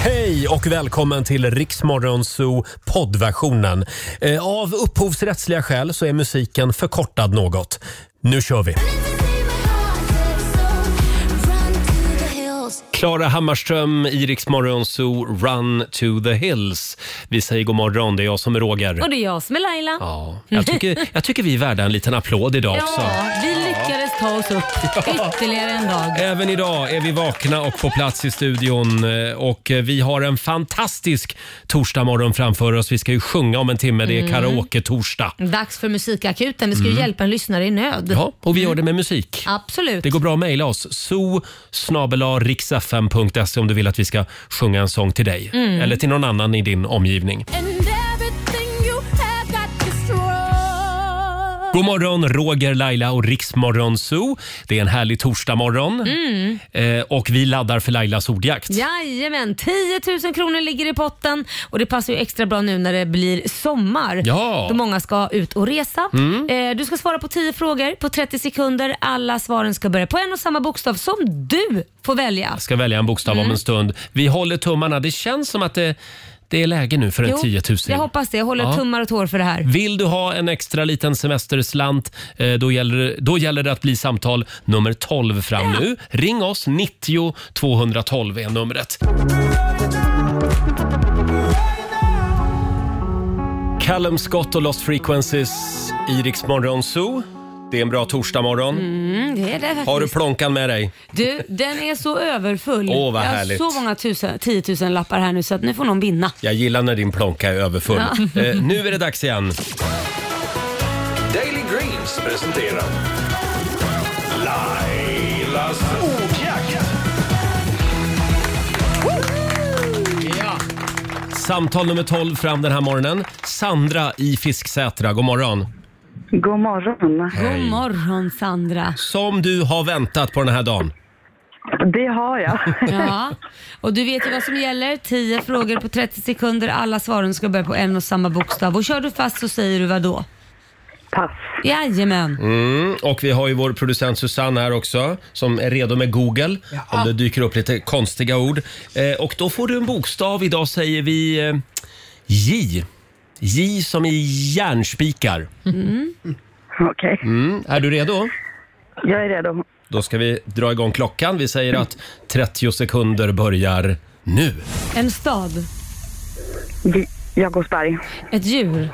Hej och välkommen till Riksmorgonzoo poddversionen. Eh, Av upphovsrättsliga skäl så är musiken förkortad något. Nu kör vi! Klara Hammarström i Riksmorgonzoo Run to the Hills. Vi säger god morgon, det är jag som är Roger. Och det är jag som är Laila. Ja, jag, tycker, jag tycker vi är värda en liten applåd idag också. Ja, vi lyckades ta oss upp ytterligare en dag. Även idag är vi vakna och på plats i studion eh, och eh, vi har en fantastisk torsdagmorgon framför oss. Vi ska ju sjunga om en timme, det Mm. är karaoke-torsdag. Dags för musikakuten. Vi ska ju hjälpa en lyssnare i nöd. Mm. Ja, och vi gör det med musik. Absolut. Det går bra att mejla oss, so om du vill att vi ska sjunga en sång till dig Mm. eller till någon annan i din omgivning. God morgon, Roger, Laila och Riksmorgon Zoo. Det är en härlig torsdagmorgon Mm. eh, och vi laddar för Lailas ordjakt. Jajamän, 10 000 kronor ligger i potten och det passar ju extra bra nu när det blir sommar. Ja. Mm. Då många ska ut och resa. Eh, du ska svara på 10 frågor på 30 sekunder. Alla svaren ska börja på en och samma bokstav som du får välja. ska välja en bokstav om Mm. en stund. Vi håller tummarna. Det känns som att det, det är läge nu för en Jo, 10 000. Jag hoppas det. Jag håller Ja. tummar och tår för det här. Vill du ha en extra liten semesterslant, eh, då gäller, då gäller det att bli samtal nummer 12 fram nu. Ring oss, 90 212 är numret. Callum Scott och Lost Frequencies i Rix Morgon Zoo. Det är en bra torsdagmorgon. Mm, det är det Har du faktiskt. plånkan med dig? Du, den är så överfull. Åh, vad jag härligt. har så många tusen, 10 000 lappar här nu så att nu får någon vinna. Jag gillar när din plånka är överfull. Eh, nu är det dags igen. Daily Greens presenterar Lailas ordjakt. Samtal nummer 12 fram den här morgonen. Sandra i Fisksätra, god morgon. God morgon. God morgon Sandra. Som du har väntat på den här dagen. Det har jag. Ja. Och du vet ju vad som gäller. 10 frågor på 30 sekunder. Alla svaren ska börja på en och samma bokstav. Och kör du fast så säger du vad då? Pass. Jajamän. Mm, och vi har ju vår producent Susanne här också som är redo med Google om det dyker upp lite konstiga ord. Eh, och då får du en bokstav. Idag säger vi eh, J. J som i järnspikar. Okej, Mm, är du redo? jag är redo. Då ska vi dra igång klockan. Vi säger att 30 sekunder börjar nu. En stad. J- Jakobsberg. Ett djur.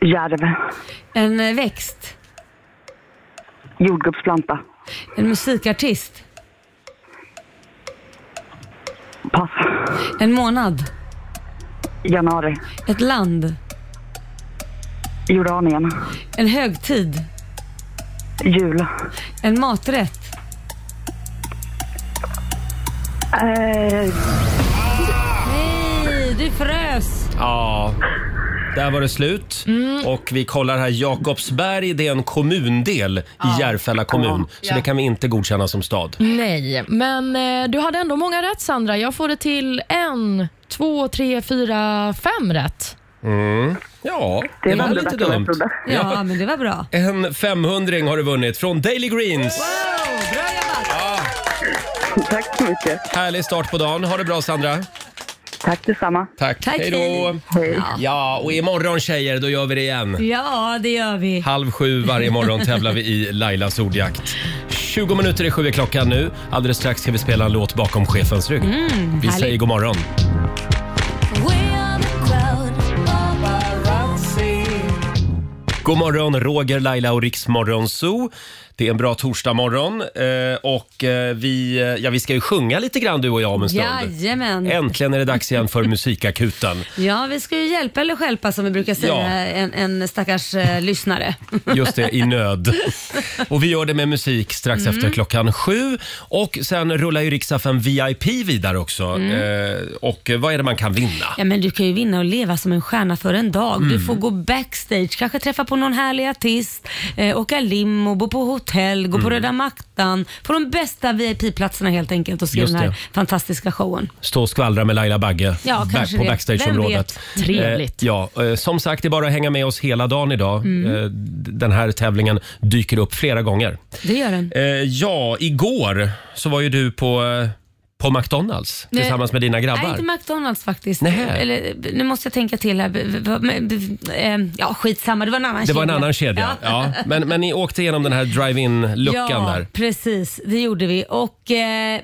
Järv. En eh, växt. Jordgubbsplanta. En musikartist. Pass. En månad. Januari. Ett land. Jordanien. En högtid. Jul. En maträtt. Eh, Nej, du frös. Ja, där var det slut. Och vi kollar här, Jakobsberg det är en kommundel i Järfälla kommun. Så det kan vi inte godkänna som stad. Nej, men eh, du hade ändå många rätt Sandra. Jag får det till en, två, tre, fyra, fem rätt. Ja, det, det är var väl det inte bästa jag dumt. trodde. Ja, men det var bra. En 500 har du vunnit från Daily Greens. Oh, Bra jobbat. Tack så mycket. Härlig start på dagen. Ha det bra Sandra. Tack detsamma. Tack. Tack, Hej då. hej. Hej. Ja, och imorgon tjejer, då gör vi det igen. Ja, det gör vi. Halv sju varje morgon tävlar vi i Lailas ordjakt. 20 minuter i sju är klockan nu. Alldeles strax ska vi spela en låt bakom chefens rygg. vi Mm, härligt. säger god morgon. God morgon, Roger, Laila och Riksmorgon Zoo. Det är en bra torsdagmorgon eh, och eh, vi, eh, ja, vi ska ju sjunga lite grann du och jag om en stund. Jajamän. Äntligen är det dags igen för musikakuten. Ja, vi ska ju hjälpa eller stjälpa som vi brukar säga, Ja. en, en stackars eh, lyssnare. Just det, i nöd. Och vi gör det med musik strax Mm. efter klockan sju. Och sen rullar ju Riksaffen VIP vidare också. Eh, och eh, vad är det man kan vinna? Mm. Ja, men du kan ju vinna och leva som en stjärna för en dag. Du Mm. får gå backstage, kanske träffa på någon härlig artist, eh, åka limo, bo på hotell, Mm. gå på röda mattan. På de bästa VIP-platserna helt enkelt och se Just den här det. fantastiska showen. Stå och skvallra med Laila Bagge Ja, kanske på det. Vem backstageområdet. vet? Trevligt. Eh, ja, eh, som sagt, det är bara att hänga med oss hela dagen idag. Mm. Eh, d- den här tävlingen dyker upp flera gånger. Det gör den. Eh, ja, igår så var ju du på, eh, på McDonalds tillsammans med dina Nej, grabbar? inte McDonalds faktiskt. Nähä. Eller, nu måste jag tänka till här. B- b- b- eh, Ja, skitsamma. Det var en annan Det var en annan kedja. Ja. Men, men ni åkte igenom den här drive-in-luckan ja, där. precis. Det gjorde vi. Och eh,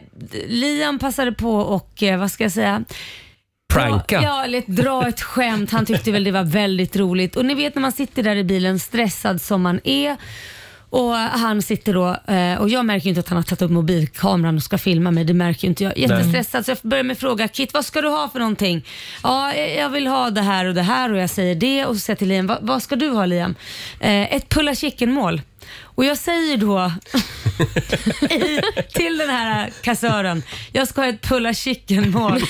Liam passade på och, eh, vad ska jag säga? Pranka. Ja, eller dra ett skämt. Han tyckte väl det var väldigt roligt. Och ni vet när man sitter där i bilen stressad som man är. Och han sitter då, eh, och jag märker ju inte att han har tagit upp mobilkameran och ska filma mig. Det märker ju inte jag. Jättestressad så jag börjar med att fråga Kit, vad ska du ha för någonting? Ja, jag- jag vill ha det här och det här och jag säger det och så säger jag till Liam, vad, vad ska du ha Liam? Eh, ett pulla chicken mål. Och jag säger då i, till den här kassören, jag ska ha ett pulla chicken mål.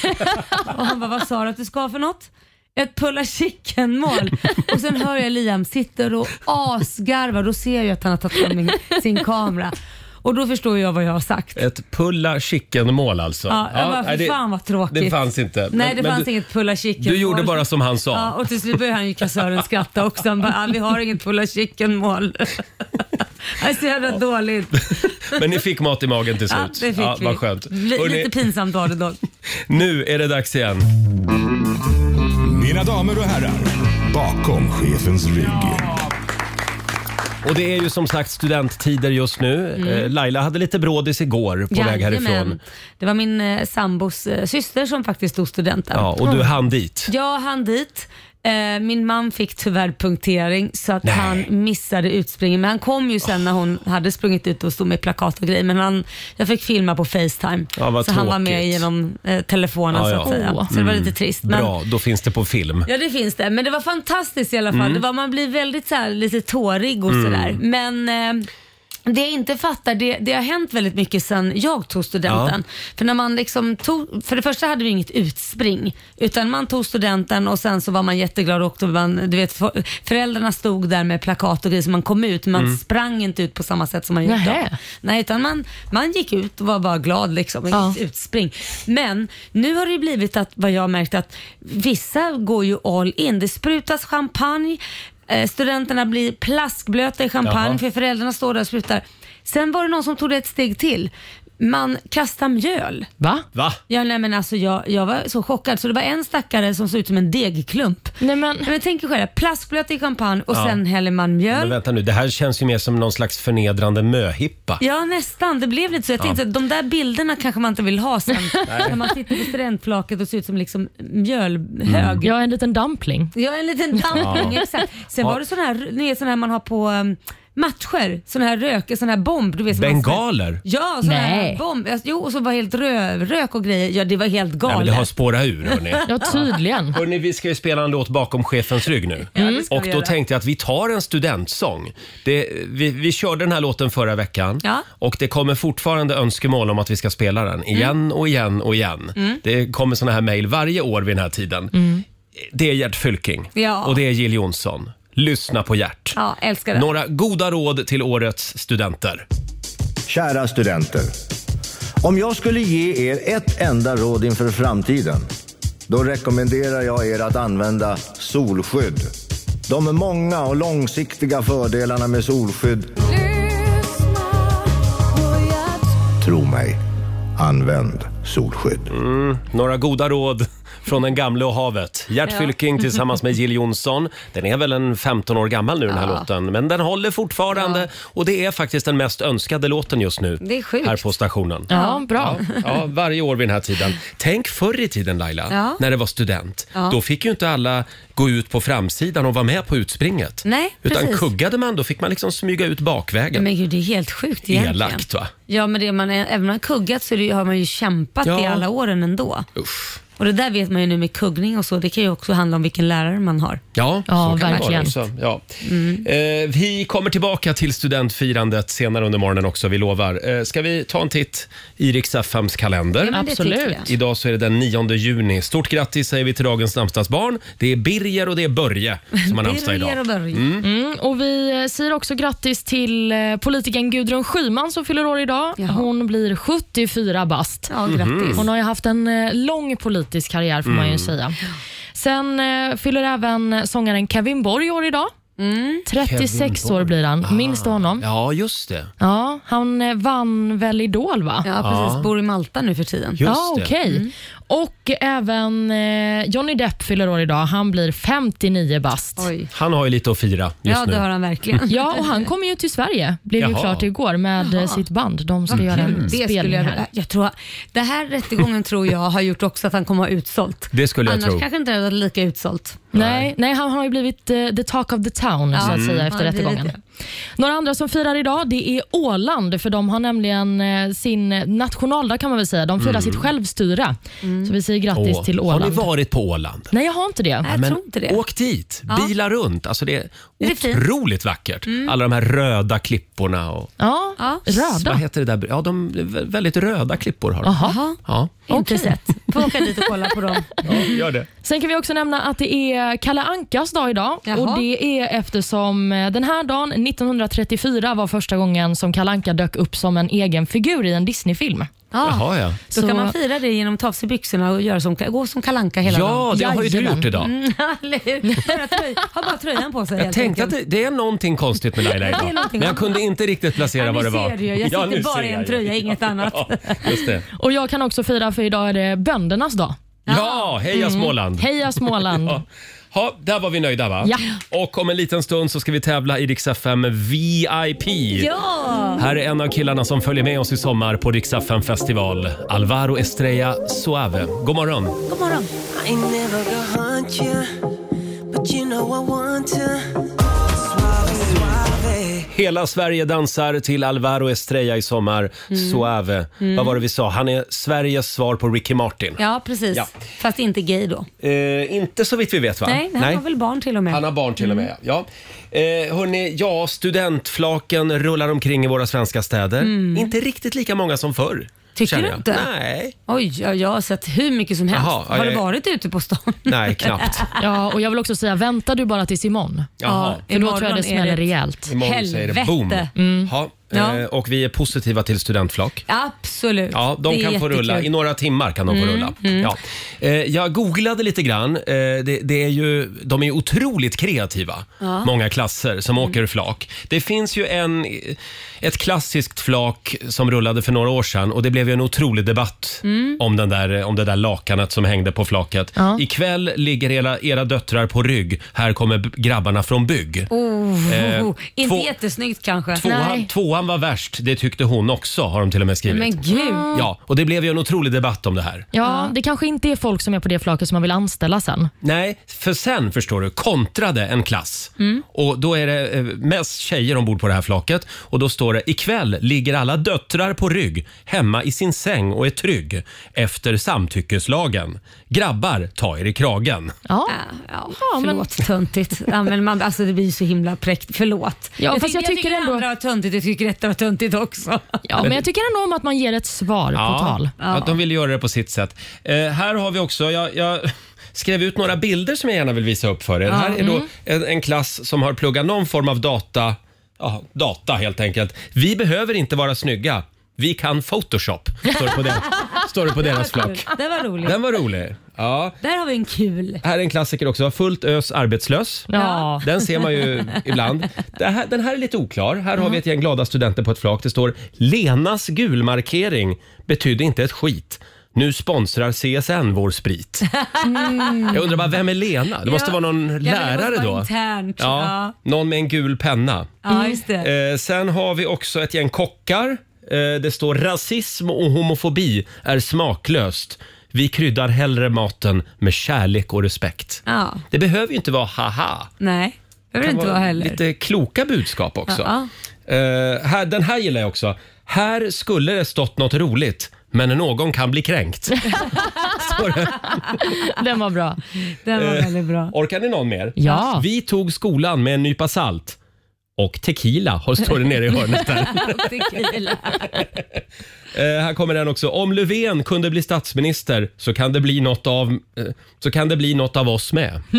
Och han bara, vad sa du att du ska ha för något? Ett pulla chicken mål. Och sen hör jag Liam sitter och asgarvar. Då ser jag ju att han har tagit fram min, sin kamera. Och då förstår jag vad jag har sagt. Ett pulla chicken-mål alltså. Ja, jag bara, nej, fy fan vad tråkigt. Det fanns inte. Nej, Men- det men fanns du- inget pulla chicken Du gjorde bara som han sa. Ja, och till slut började han ju kassören skratta också. Han bara, ah, vi har inget pulla chicken mål. Det är så jävla dåligt. Men ni fick mat i magen till slut. Ja, det fick vi. Vad skönt. Li- Hörrni, lite pinsamt var det dock. nu är det dags igen. Mina damer och herrar, bakom chefens rygg. Och det är ju som sagt studenttider just nu. Eh, Laila hade lite brådis igår på väg Mm. Jajamän. härifrån. Det var min eh, sambos eh, syster som faktiskt tog studenten. Ja, och du hann dit. Jag hann dit. Eh, Min man fick tyvärr punktering så att Nej. han missade utspringen. Men han kom ju sen när hon hade sprungit ut och stod med plakat och grejer. Men han, jag fick filma på Facetime. Ja, vad så han var med tråkigt. genom eh, telefonen Ja, så ja. att säga. Åh. Så det var lite trist. Men, Bra, då finns det på film. Ja det finns det, men det var fantastiskt i alla fall. Det var, man blir väldigt så här, lite tårig och sådär. Men eh, det jag inte fattar, det, det har hänt väldigt mycket sedan jag tog studenten. För när man liksom tog, för det första hade vi inget utspring. Utan man tog studenten och sen så var man jätteglad och åkte, man, du vet, för- föräldrarna stod där med plakat och grejer så man kom ut. Men man sprang inte ut på samma sätt som man gör idag. Nähä. Nej, utan man, man gick ut och var bara glad liksom. Inget Ja. utspring. Men nu har det ju blivit att, vad jag har märkt, att vissa går ju all in. Det sprutas champagne, eh, studenterna blir plaskblöta i champagne Jaha. för föräldrarna står där och sprutar. Sen var det någon som tog det ett steg till. Man kastar mjöl. Va? Va? Ja, nej, men alltså, jag, jag var så chockad. Så det var en stackare som såg ut som en degklump. Nej, men- Nej, men tänk er själv, plaskblöt i champagne och sen häller man mjöl. Men vänta nu, det här känns ju mer som någon slags förnedrande möhippa. Ja nästan, det blev lite så. Jag tänkte att de där bilderna kanske man inte vill ha sen. när man sitter på studentflaket och ser ut som liksom mjölhög. Mm. Jag är en liten dumpling. Jag är en liten dumpling, exakt. Sen var det sån här, ni vet sån här man har på um, matcher, sån här rök, sån här bomb. Du vet, som man- Bengaler? Ja, sån här Nej. bomb. Jo, och så var helt rö- rök och grejer. Ja, det var helt Nej, men galet. det har spårat ur hörni. Ja, Ah. tydligen. Hörni, vi ska ju spela en låt bakom chefens rygg nu. ska Och vi då göra. tänkte jag att vi tar en studentsång. Det, vi, vi körde den här låten förra veckan Ja. Mm. och det kommer fortfarande önskemål om att vi ska spela den igen och igen och igen. Det kommer såna här mejl varje år vid den här tiden. Det är Gert Fylking Mm. Ja. och det är Jill Johnson. Lyssna på Gert. Ja, älskar det. Några goda råd till årets studenter. Kära studenter. Om jag skulle ge er ett enda råd inför framtiden, då rekommenderar jag er att använda solskydd. De många och långsiktiga fördelarna med solskydd, tro mig, använd solskydd. Några goda råd från den gamle och havet. Gert Fylking tillsammans med Jill Johnson. Den är väl en 15 år gammal nu den här låten, men den håller fortfarande. Och det är faktiskt den mest önskade låten just nu. Det är sjukt. Här på stationen. Ja, bra. Ja, varje år vid den här tiden. Tänk förr i tiden Laila, Ja. när det var student. Ja. Då fick ju inte alla gå ut på framsidan och vara med på utspringet. Nej, Utan precis. kuggade man då fick man liksom smyga ut bakvägen. Men gud, det är helt sjukt egentligen. Elakt va? Ja, men det man, även om man har kuggat så är det, har man ju kämpat Ja. i alla åren ändå. Usch. Och det där vet man ju nu med kuggning och så. Det kan ju också handla om vilken lärare man har. Ja, Ja, så kan det vara verkligen. också. Ja. Mm. Eh, vi kommer tillbaka till studentfirandet senare under morgonen också, vi lovar. Eh, ska vi ta en titt i Rix FMs kalender? men det Absolut. tycker jag. Idag så är det den 9 juni. Stort grattis säger vi till dagens namnsdagsbarn. Det är Birger och det är Börje som har namnsdag Birger och idag. Börje. Mm, och vi eh, säger också grattis till eh, politikern Gudrun Schyman som fyller år idag. Jaha. Hon blir 74 bast. Ja, grattis. Hon har ju haft en eh, lång politisk karriär får man ju säga. Sen eh, fyller även sångaren Kevin Borg år idag. Mm. 36 år blir han. Minns du honom? Ja, just det. Ja, han eh, vann väl Idol va? Ja, precis. Ja. Bor i Malta nu för tiden. Just ja, det. okej. Och även eh, Johnny Depp fyller år idag. Han blir 59 bast. Oj. Han har ju lite att fira just Ja, nu. det har han verkligen. Ja, och han kommer ju till Sverige. Blev ju Jaha. klart igår med eh, sitt band. De ska göra en Det skulle Mm. spelning jag, här. jag tror, det här rättegången tror jag har gjort också att han kommer ha utsålt. Det skulle jag Annars tro. kanske inte det hade varit lika utsålt. Nej, nej, han har ju blivit eh, the talk of the town så att säga efter han har blivit rättegången. Några andra som firar idag det är Åland för de har nämligen eh, sin nationaldag kan man väl säga. De firar sitt självstyre. Så vi säger grattis Åh, till Har Åland. ni varit på Åland? Nej, jag har inte det. Nej, jag tror inte det. åk dit, bila runt. Alltså det är Är det fint? Mm. otroligt vackert. Alla de här röda klipporna. Och, Ja, Ja. Vad röda. heter det där? Ja, de väldigt röda klippor har de. Aha. Jaha, Ja. inte sett. Får åka dit och kolla på dem. ja, gör det. Sen kan vi också nämna att det är Kalle Ankas dag idag. Jaha. Och Det är eftersom eh, den här dagen 1934 var första gången som Kalle Anka dök upp som en egen figur i en Disneyfilm. Ja. Jaha, ja. Då Så- kan man fira det genom att ta av sig byxorna och göra som, gå som kalanka hela dagen. Mm, Ja, det har ju du Jajamän. gjort idag. Eller hur? Bara tröj- Har bara tröjan på sig Jag helt tänkte att enkelt. det, det är någonting konstigt med Laila Ja, det är idag. någonting Men jag kunde inte riktigt placera Ja, nu vad det ser var. du ju. Jag sitter nu bara ser i en jag ju. tröja, inget annat. Ja, just det. Och Jag kan också fira för idag är det böndernas dag. Ja, heja Mm. Småland! Heja Småland! Ja. Ha, där var vi nöjda va? Ja. Och om en liten stund så ska vi tävla i Rix FM VIP. Ja! Här är en av killarna som följer med oss i sommar på Rix FM festival. Alvaro Estrella Suave. God morgon! God morgon. Hela Sverige dansar till Alvaro Estrella i sommar. Mm. Suave. Vad var det vi sa? Han är Sveriges svar på Ricky Martin. Ja, precis. Ja. Fast inte gay då. Eh, inte så vitt vi vet va? Nej, han har väl barn till och med. Han har barn till och med, ja. Eh, hörni, ja, studentflaken rullar omkring i våra svenska städer. Inte riktigt lika många som förr. Mm. Tycker känner du jag. inte? Nej. Oj, ja, jag har sett hur mycket som helst. Jaha, ja, har jag- du varit ute på stan? Nej, knappt. Ja, och jag vill också säga, vänta du bara tills imorgon. Jaha. Ja. För då tror jag det Imorgon är det- smäller rejält. Imorgon säger det Helvete. boom. Ja. Ja. Eh, och vi är positiva till studentflak. Absolut. Ja, de Det är kan få jättekul. Mm, rulla. I några timmar kan de få rulla. Ja. Eh, jag googlade lite grann. Eh, det, det är ju, de är ju otroligt kreativa, många klasser som Mm. åker flak. Det finns ju en, ett klassiskt flak som rullade för några år sedan och det blev ju en otrolig debatt Mm. om, den där, om det där lakanet som hängde på flaket. Ikväll ligger era, era döttrar på rygg. Här kommer b- grabbarna från bygg. Oh, Eh, oh, oh. Inte två- jättesnyggt kanske. Tvåan, Nej. tvåan var värst, det tyckte hon också har de till och med skrivit. Men gud. Ja, och det blev ju en otrolig debatt om det här. Ja, det kanske inte är folk som är på det flaket som man vill anställa sen. Nej, för sen förstår du, kontrade en klass. Och då är det eh, mest tjejer ombord på det här flaket. Och då står det, ikväll ligger alla döttrar på rygg hemma i sin säng och är trygg efter samtyckeslagen. Grabbar, ta er i kragen. Ja. Ja, Ja, men- förlåt, töntigt. Ja, men man, alltså, det blir ju så himla präktigt. Förlåt. Ja, fast jag tycker ändå- det andra var töntigt, jag tycker detta var töntigt också. Ja, men jag tycker ändå om att man ger ett svar på tal. ja, de vill göra det på sitt sätt. Eh, här har vi också, jag, jag skrev ut några bilder som jag gärna vill visa upp för er. Här är då en, en klass som har pluggat någon form av data, ja, data helt enkelt. Vi behöver inte vara snygga. Vi kan Photoshop, står det på, den, står det på deras flock. Det var roligt. Den var rolig. Ja. Där har vi en kul. Här är en klassiker också, fullt ös arbetslös. Ja. Den ser man ju ibland. Det här, den här är lite oklar. Här har vi Mm. ett gäng glada studenter på ett flak. Det står “Lenas gulmarkering betydde inte ett skit. Nu sponsrar CSN vår sprit”. Mm. Jag undrar bara, vem är Lena? Det måste Ja. vara någon Ja, men det måste lärare vara då. internt, ja. Någon med en gul penna. Ja, just det. Eh, sen har vi också ett gäng kockar. Eh, det står “Rasism och homofobi är smaklöst. Vi kryddar hellre maten med kärlek och respekt”. Ja, Det behöver ju inte vara “haha” nej. Det behöver det inte vara heller. lite kloka budskap också. Ja. Eh, här, den här gillar jag också. Här skulle det stått något roligt, men någon kan bli kränkt. Den var bra. Den Eh. var väldigt bra. Orkar ni någon mer? Ja. Vi tog skolan med en nypa salt. Och tequila har står det nere i hörnet där. Tequila. Eh, här kommer den också. Om Löfven kunde bli statsminister så kan det bli något av, eh, så kan det bli något av oss med.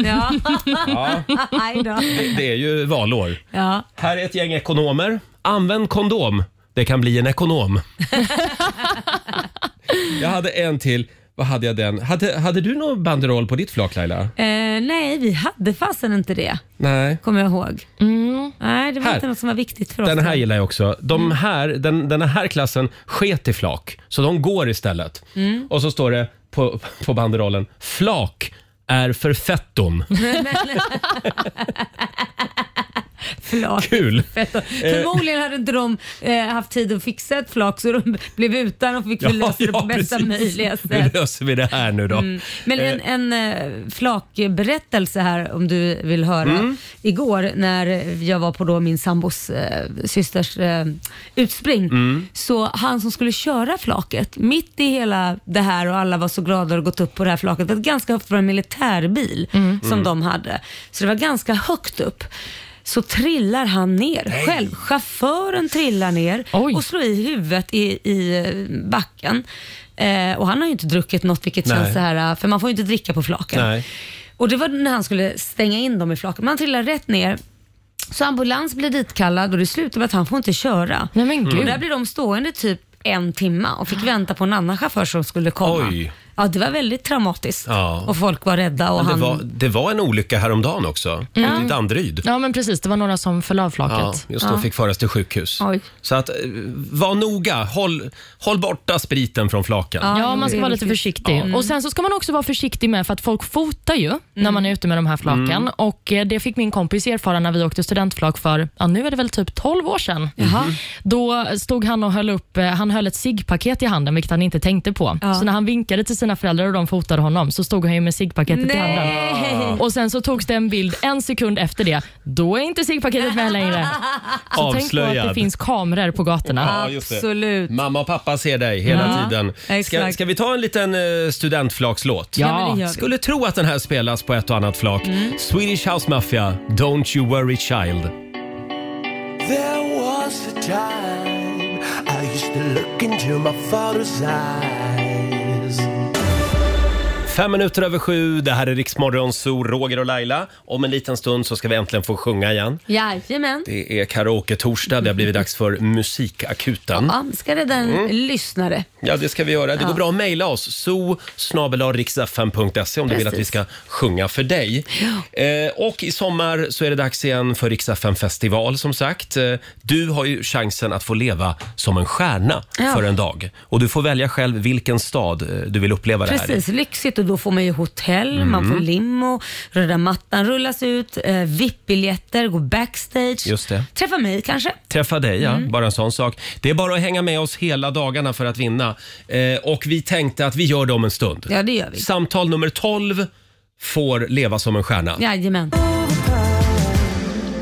Ja. Aj då. Det är ju valår. Ja. Här är ett gäng ekonomer. Använd kondom. Det kan bli en ekonom. Jag hade en till. Vad hade jag den? Hade, hade du någon banderoll på ditt flak Laila? Eh, nej, vi hade fasen inte det, Nej. kommer jag ihåg. Nej, det var Här. inte något som var viktigt för oss. Den här gillar jag också. Mm. De här, den, den här klassen sket i flak, så de går istället. Mm. Och så står det på, på banderollen, flak är för fetton. Flak. Kul! Eh. Fett. Förmodligen hade inte de eh, haft tid att fixa ett flak så de blev utan och fick väl lösa det på bästa precis. möjliga Hur sätt. Mm. löser vi det här nu då? Men en, en eh, flakberättelse här om du vill höra. Igår när jag var på då min sambos eh, systers eh, utspring, så han som skulle köra flaket, mitt i hela det här och alla var så glada och gått upp på det här flaket, det var ganska högt, det var en militärbil som de hade. Så det var ganska högt upp. Så trillar han ner själv. Chauffören trillar ner Oj. och slår i huvudet i, i eh, backen. Eh, och han har ju inte druckit något vilket Nej. känns så här, för man får ju inte dricka på flaken. Nej. Och det var när han skulle stänga in dem i flaken. Man trillar rätt ner. Så ambulans blir ditkallad och det slutar med att han får inte köra. Mm. Nej, men gud. Ah. Och där blir de stående typ en timme och fick vänta på en annan chaufför som skulle komma. Oj. Ja, det var väldigt traumatiskt. Ja. Och folk var rädda. Och Eh, Det han... var, det var en olycka häromdagen också, ute i Danderyd. Ja, men precis. Det var några som föll av Ja, flaket. just då fick föras till sjukhus. Oj. Så att, eh, var noga. Håll, håll borta spriten från flaken. Ja, det man ska är vara lite viktigt. försiktig. Och Sen så ska man också vara försiktig med, för att folk fotar ju när Mm. man är ute med de här flaken. Och eh, Det fick min kompis erfara när vi åkte studentflak för, ja, nu är det väl typ 12 år sedan. Mm. Då stod han och höll upp, eh, han höll ett ciggpaket i handen, vilket han inte tänkte på. Så när han vinkade till sina föräldrar och de fotade honom, så stod han ju med ciggpaketet i handen. Nej! Och Sen så togs det en bild en sekund efter det. Då är inte ciggpaketet med längre. Så alltså, tänk på att Avslöjad. det finns kameror på gatorna. Ja, just det. Absolut. Mamma och pappa ser dig hela Ja, tiden. Ska, exakt. ska vi ta en liten eh, studentflakslåt? Ja. men det gör vi. Skulle tro att den här spelas på ett och annat flak. Swedish House Mafia, Don't You Worry Child. There was a time I used to look into my father's eyes Fem minuter över sju, det här är Riksmorgon, Zoo, Roger och Laila. Om en liten stund så ska vi äntligen få sjunga igen. Jajamän. Det är karaoke-torsdag, det har blivit dags för Musikakuten. Ja, ska rädda en Mm. lyssnare. Ja, det ska vi göra. Det går bra att mejla oss, zoo riksfm.se om du vill att Precis. vi ska sjunga för dig. Eh, och i sommar så är det dags igen för Riksfm festival som sagt. Eh, du har ju chansen att få leva som en stjärna Ja. för en dag. Och du får välja själv vilken stad eh, du vill uppleva det här Mm. i. Precis, lyxigt och då får man ju hotell, man får limo, röda mattan rullas ut, eh, VIP-biljetter, gå backstage. Just det. Träffa mig kanske. Träffa dig, ja. Mm. Bara en sån sak. Det är bara att hänga med oss hela dagarna för att vinna. Eh, och vi tänkte att vi gör det om en stund. Ja, det gör vi. Samtal nummer 12 får leva som en stjärna. Jajamän.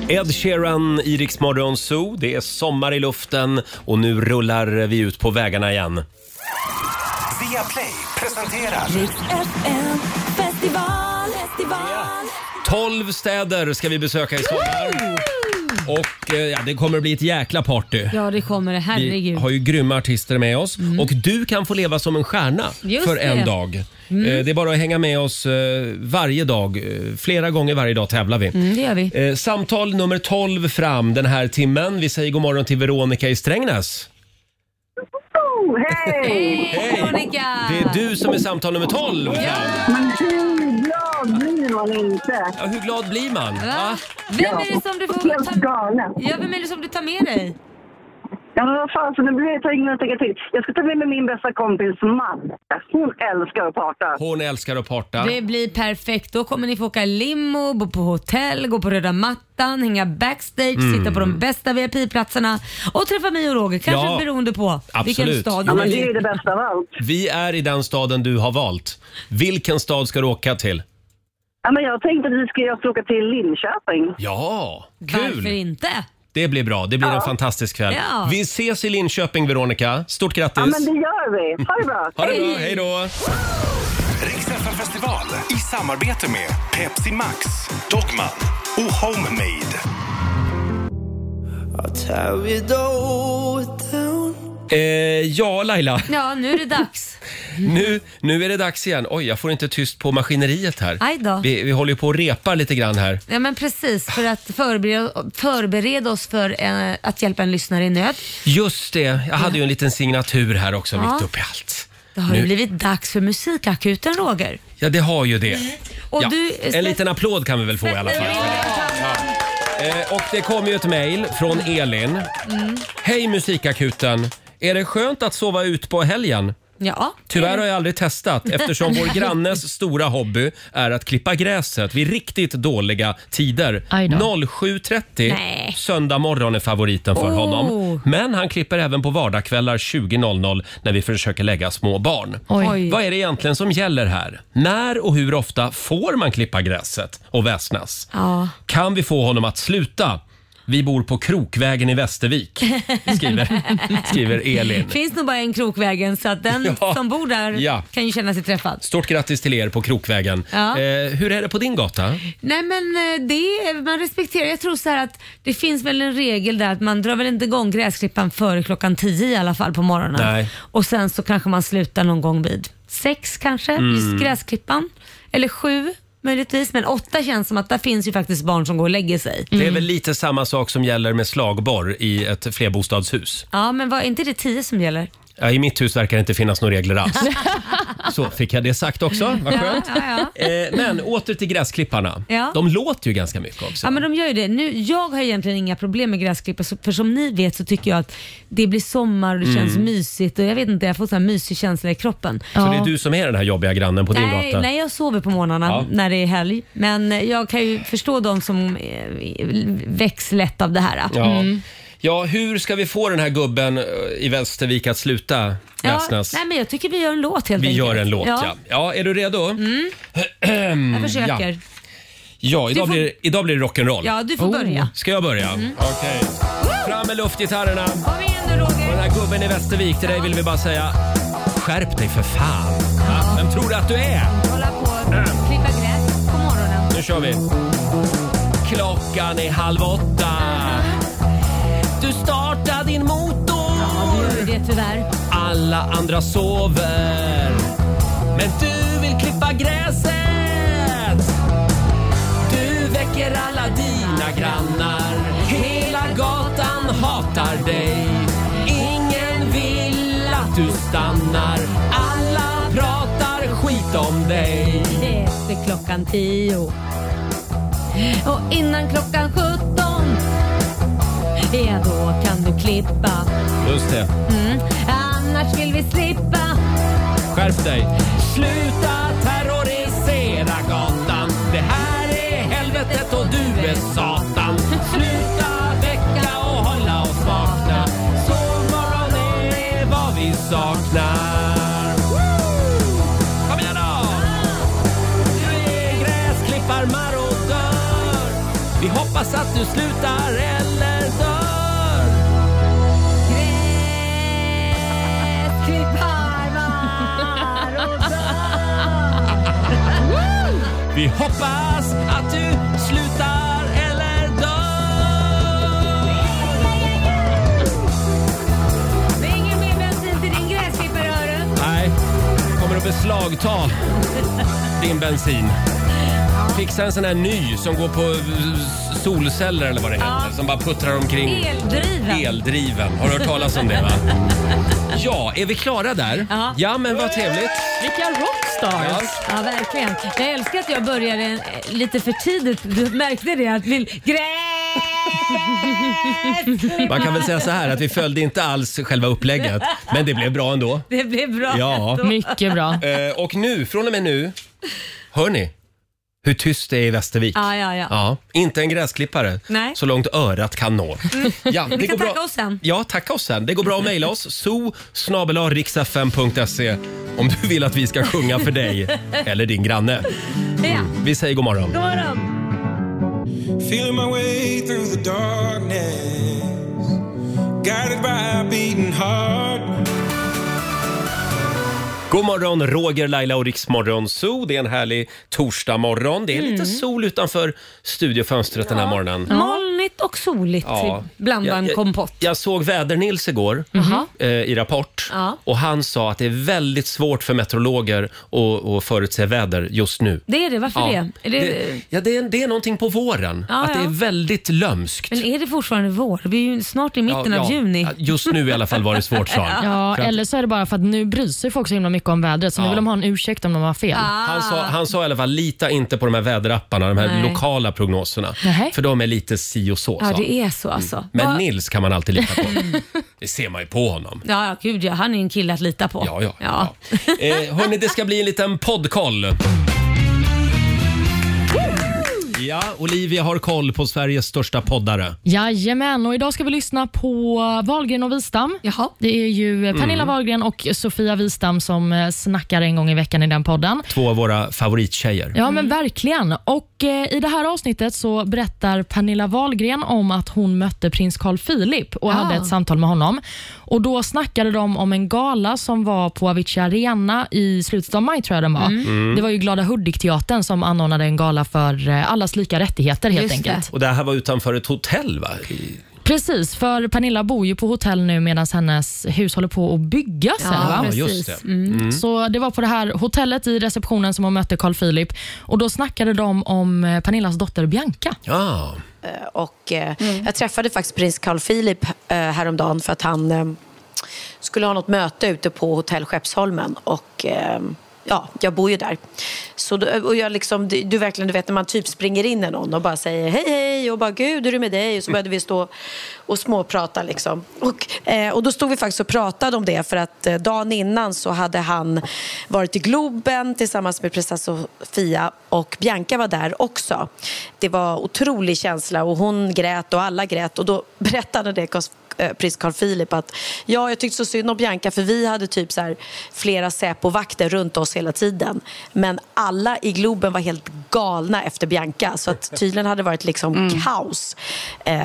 Ed Sheeran, i Rix Morgon Zoo. Det är sommar i luften och nu rullar vi ut på vägarna igen. Via Play presenterar FM festival, festival. 12 städer ska vi besöka i sommar. Och eh, ja, det kommer bli ett jäkla party. Ja, det kommer det. Vi Herregud. Mm. har ju grymma artister med oss och du kan få leva som en stjärna Just för en det. Mm. dag. Eh, Det är bara att hänga med oss eh, varje dag. Eh, Flera gånger varje dag tävlar vi. Mm, det gör vi. Eh, Samtal nummer 12 fram den här timmen. Vi säger god morgon till Veronica i Strängnäs. Oh, hej! Hej, Monica! Det är du som är samtal nummer 12 fram. Men hur glad blir man inte? Ja, hur glad blir man? Va? Va? Vem är det som du får Helt ta... galen. Ja, vem är det som du tar med dig? Ja, men vad fan, så nu blir jag tvungen att tänka till. Jag ska ta med mig min bästa kompis Madde. Hon älskar att parta. Hon älskar att parta. Det blir perfekt. Då kommer ni få åka limo, bo på hotell, gå på röda mattan, hänga backstage, Mm. sitta på de bästa VIP-platserna och träffa mig och Roger. Kanske Ja. beroende på vilken Absolut. stad Ja, du men det är är ju i. det bästa av allt. Vi är i den staden du har valt. Vilken stad ska du åka till? Ja, men jag tänkte att vi ska, jag ska åka till Linköping. Ja, Varför kul! inte? Det blir bra. Det blir en fantastisk kväll. Ja. Vi ses i Linköping, Veronica. Stort grattis! Ja, men det gör vi. Ha det bra. Ha det bra, hej då! Riks festival i samarbete med Pepsi Max, Dogman och Homemade. Eh, ja, Laila. Ja, nu är det dags. Nu, nu är det dags igen. Oj, jag får inte tyst på maskineriet här. Aj då. Vi, vi håller ju på och repar lite grann här. Ja, men precis, för att förbereda, förbereda oss för eh, att hjälpa en lyssnare i nöd. Just det, jag hade ju en liten signatur här också Ja. mitt uppe i allt. Det har ju Nu- blivit dags för musikakuten, Roger. Ja, det har ju det. Och Ja. du- En liten applåd kan vi väl få i alla fall. Eh, Och det kom ju ett mejl från Elin. Hej Musikakuten! Är det skönt att sova ut på helgen? Ja. Tyvärr har jag aldrig testat eftersom vår grannes stora hobby är att klippa gräset vid riktigt dåliga tider. Aj då. 07.30 Nej. söndag morgon är favoriten för Oh. honom. Men han klipper även på vardagskvällar 20.00 när vi försöker lägga små barn. Oj. Oj. Vad är det egentligen som gäller här? När och hur ofta får man klippa gräset och väsnas? Ja. Kan vi få honom att sluta? Vi bor på Krokvägen i Västervik, skriver, skriver Elin. finns nog bara en krokvägen så att den Ja. som bor där Ja. kan ju känna sig träffad. Stort grattis till er på Krokvägen. Ja. Eh, hur är det på din gata? Nej men eh, det, man respekterar, jag tror så här att det finns väl en regel där att man drar väl inte igång gräsklippan före klockan 10 i alla fall på morgonen. Nej. Och sen så kanske man slutar någon gång vid sex kanske, just gräsklippan. Eller sju möjligtvis, men åtta känns som att där finns ju faktiskt barn som går och lägger sig. Det är väl lite samma sak som gäller med slagborr i ett flerbostadshus. Ja men vad, är inte det 10 som gäller? Ja, I mitt hus verkar det inte finnas några regler alls. Så fick jag det sagt också. Vad skönt. Ja, ja. Eh, men åter till gräsklipparna. Ja. De låter ju ganska mycket också. Ja men de gör ju det. Nu, jag har egentligen inga problem med gräsklippare så- för som ni vet så tycker jag att det blir sommar och det känns mysigt och jag vet inte, jag får så här mysig känsla i kroppen. Så det är du som är den här jobbiga grannen på din Nej, gata? nej, jag sover på morgnarna Ja. när det är helg. Men jag kan ju förstå de som eh, väcks lätt av det här. Ja. ja, hur ska vi få den här gubben eh, i Västervik att sluta Ja, väsnas? nej, men jag tycker vi gör en låt helt vi enkelt. gör en låt, ja. ja. är du redo? Mm. Jag försöker. Ja, Ja, Oh. idag, får- Mm. blir, idag blir det rock'n'roll. du får börja. Ska jag börja? Okej. Fram med luftgitarrerna. Kom igen nu Roger. Den här gubben i Västervik, till dig vill vi bara säga skärp dig för fan. Va? Vem tror du att du är? Hålla på och klippa gräs på morgonen. Nu kör vi. Klockan är halv åtta. Du startar din Du motor. gör ju det tyvärr. Alla andra sover. Men du vill klippa gräset. Du väcker alla dina grannar. Hela gatan hatar dig. Ingen vill att du stannar. Alla pratar skit om dig. Det är efter klockan tio. Och innan klockan 17. Ja, då kan du klippa. Just det. Mm. Annars vill vi slippa. Skärp dig! Sluta terrorisera gatan. Det här är helvetet och du är satan. Sluta väcka och hålla oss vakna. Sovmorgon är vad vi saknar. Woo! Kom igen då! Du är gräsklipparmarodör. Vi hoppas att du slutar eller dör. Vi hoppas att du slutar eller dör. Det är ingen mer bensin till din gräsklippare hörru. Nej, kommer att beslagta din bensin. Fixa en sån här ny som går på eh, solceller eller vad det heter. Som bara puttrar omkring. Eldriven. Eldriven. Har du hört talas om det va? Ja, är vi klara där? Ja. Ja, men vad trevligt. Vilka rockstars! Ja. Ja, verkligen. Jag älskar att jag började eh, lite för tidigt. Du märkte det att min gräsklippare... Man kan väl säga så här att vi följde inte alls själva upplägget. Men det blev bra ändå. Det blev bra. Ja. Mycket bra. Eh, och nu, från och med nu, hör ni hur tyst det är i Västervik? Ah, Ja, ja, ja. Ja, inte en gräsklippare Nej. Mm. så långt örat kan nå. Ja, det Vi kan tacka oss sen. Ja, tacka oss sen. Det går bra att mejla oss. so om du vill att vi ska sjunga för dig eller din granne. ja. Vi säger god morgon. God morgon. Feeling my way through the darkness, guided by a beating heart. God morgon, Roger, Laila och Riksmorgon Zoo. Det är en Mm. härlig torsdagmorgon. Det är lite sol utanför studiofönstret den här morgonen. Molnigt Molnigt och soligt Ja. blandar en Jag- jag- kompott. Mhm. Jag såg Väder-Nils igår eh, i Rapport Ja. och han sa att det är väldigt svårt för meteorologer att, att förutse väder just nu. Det är det, varför det? Är det, Det, ja, det, är, det är någonting på våren, Ja, att det ja. är väldigt lömskt. Men är det fortfarande vår? Vi är ju snart i mitten Ja, av ja. juni. Ja, Just nu i alla fall var det svårt sa han. Ja, För att- eller så är det bara för att nu bryr sig folk så himla mycket om vädret så nu Ja. vill de ha en ursäkt om de har fel. Han sa, han sa i alla fall, lita inte på de här väderapparna, de här Nej. lokala prognoserna. Nej. För de är lite si och så. Ja, sa han. det är så alltså. Men Va- Nils kan man alltid lita på. Det ser man ju på honom. Ja, ja, gud ja. Han är en kille att lita på. Ja, ja. ja. Eh, hörni, det ska bli en liten poddkoll. Ja, Olivia har koll på Sveriges största poddare. Jajamän, och idag ska vi lyssna på Wahlgren och Wistam. Jaha. Det är ju Pernilla Mm. Wahlgren och Sofia Wistam som eh, snackar en gång i veckan i den podden. Två av våra favorittjejer. Ja, men Mm. verkligen. Och eh, I det här avsnittet så berättar Pernilla Wahlgren om att hon mötte prins Carl Philip Ah. och hade ett samtal med honom. Och Då snackade de om en gala som var på Avicii Arena i slutet av maj. tror jag den var. Mm. Det var ju Glada Hudik-teatern som anordnade en gala för eh, allas lika rättigheter. helt Just det. enkelt. Och det här var utanför ett hotell va? I- Precis, för Pernilla bor ju på hotell nu medan hennes hus håller på att byggas. eller va? Ja, Ja, precis. Mm. just det. Så det var på det här hotellet i receptionen som hon mötte Carl Philip och då snackade de om eh, Pernillas dotter Bianca. Ja. Och, eh, Jag träffade faktiskt prins Carl Philip eh, häromdagen för att han eh, skulle ha något möte ute på hotell Skeppsholmen. Och, eh, ja, jag bor ju där. Så, då- och jag liksom, du, du verkligen, du vet när man typ springer in i någon och bara säger hej hej och bara gud hur är det med dig? Och så började vi stå och småprata liksom. Och, eh, och då stod vi faktiskt och pratade om det för att eh, dagen innan så hade han varit i Globen tillsammans med prinsessa Sofia och Bianca var där också. Det var otrolig känsla och hon grät och alla grät och då berättade det Cos- eh, prins Carl Philip att ja, jag tyckte så synd om Bianca för vi hade typ så här flera Säpo-vakter runt oss hela tiden. Men alla i Globen var helt galna efter Bianca så att tydligen hade det varit liksom kaos eh,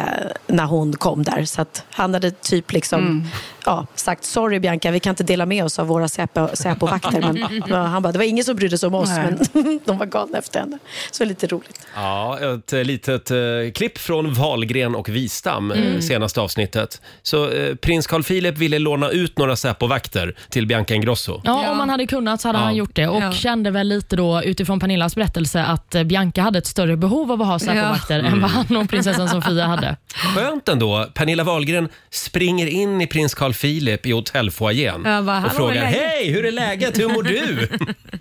när hon kom där. Så att han hade typ liksom ja, sagt sorry Bianca, vi kan inte dela med oss av våra Säpo- Säpo-vakter. Men, men han bara, det var ingen som brydde sig om oss men de var galna efter henne. Så det var lite roligt. Ja, ett eh, litet eh, klipp från Valgren och Wistam, eh, Mm. senaste avsnittet. Så eh, prins Carl Philip ville låna ut några Säpo-vakter till Bianca Ingrosso. Ja, Ja. Om han hade kunnat så hade Ja. han gjort det och Ja. kände väl lite då utifrån Pernillas berättelse att eh, Bianca hade ett större behov av att ha Säpo-vakter än vad Mm. han och prinsessan Sofia hade. Skönt ändå. Pernilla Wahlgren springer in i prins Carl Philip i hotellfoajén Ja, bara, och "Hallå, frågar hur är läget?" “Hej, hur är läget? Hur mår du?”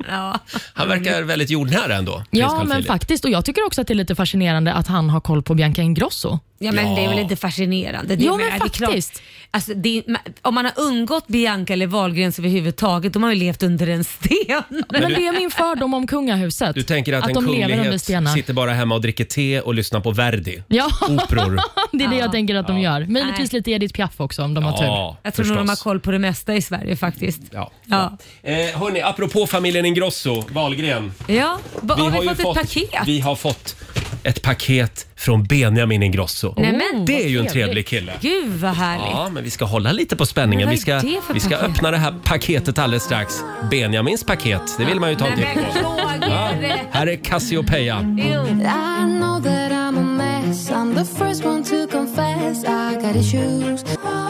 Ja. Han verkar väldigt jordnära ändå, prins Ja, Carl men Philip. faktiskt. Och Jag tycker också att det är lite fascinerande att han har koll på Bianca Ingrosso. Ja men det är väl Ja. inte fascinerande? Det Jo, jag men menar, det är klart- faktiskt. alltså, det är, ma- om man har undgått Bianca eller Wahlgrens överhuvudtaget, de har ju levt under en sten. Men, det är min fördom om kungahuset. Du tänker att, att en de lever under kunglighet stenar. sitter bara hemma och dricker te och lyssnar på Verdi? Ja. Operor? Det är det jag tänker att de gör. Möjligtvis Nej. lite Edith Piaf också om de har tur. Jag tror nog de har förstås. koll på det mesta i Sverige faktiskt. Ja. Ja. Eh, hörni, apropå familjen Ingrosso, Wahlgren. Ja, ba- har vi fått ett paket? Vi har fått ett paket från Benjamin Ingrosso. Nej, men, det är ju en vad trevlig kille. Gud vad härligt. Ja, men vi ska hålla lite på spänningen. Men vad Vi är ska, det för vi ska paket? öppna det här paketet alldeles strax. Benjamins paket, det vill man ju ta en Nej, titt men på. Roger! Här är Cassiopeia. Jo. I know that I'm a mess. I'm the first one to confess. I got issues. Oh,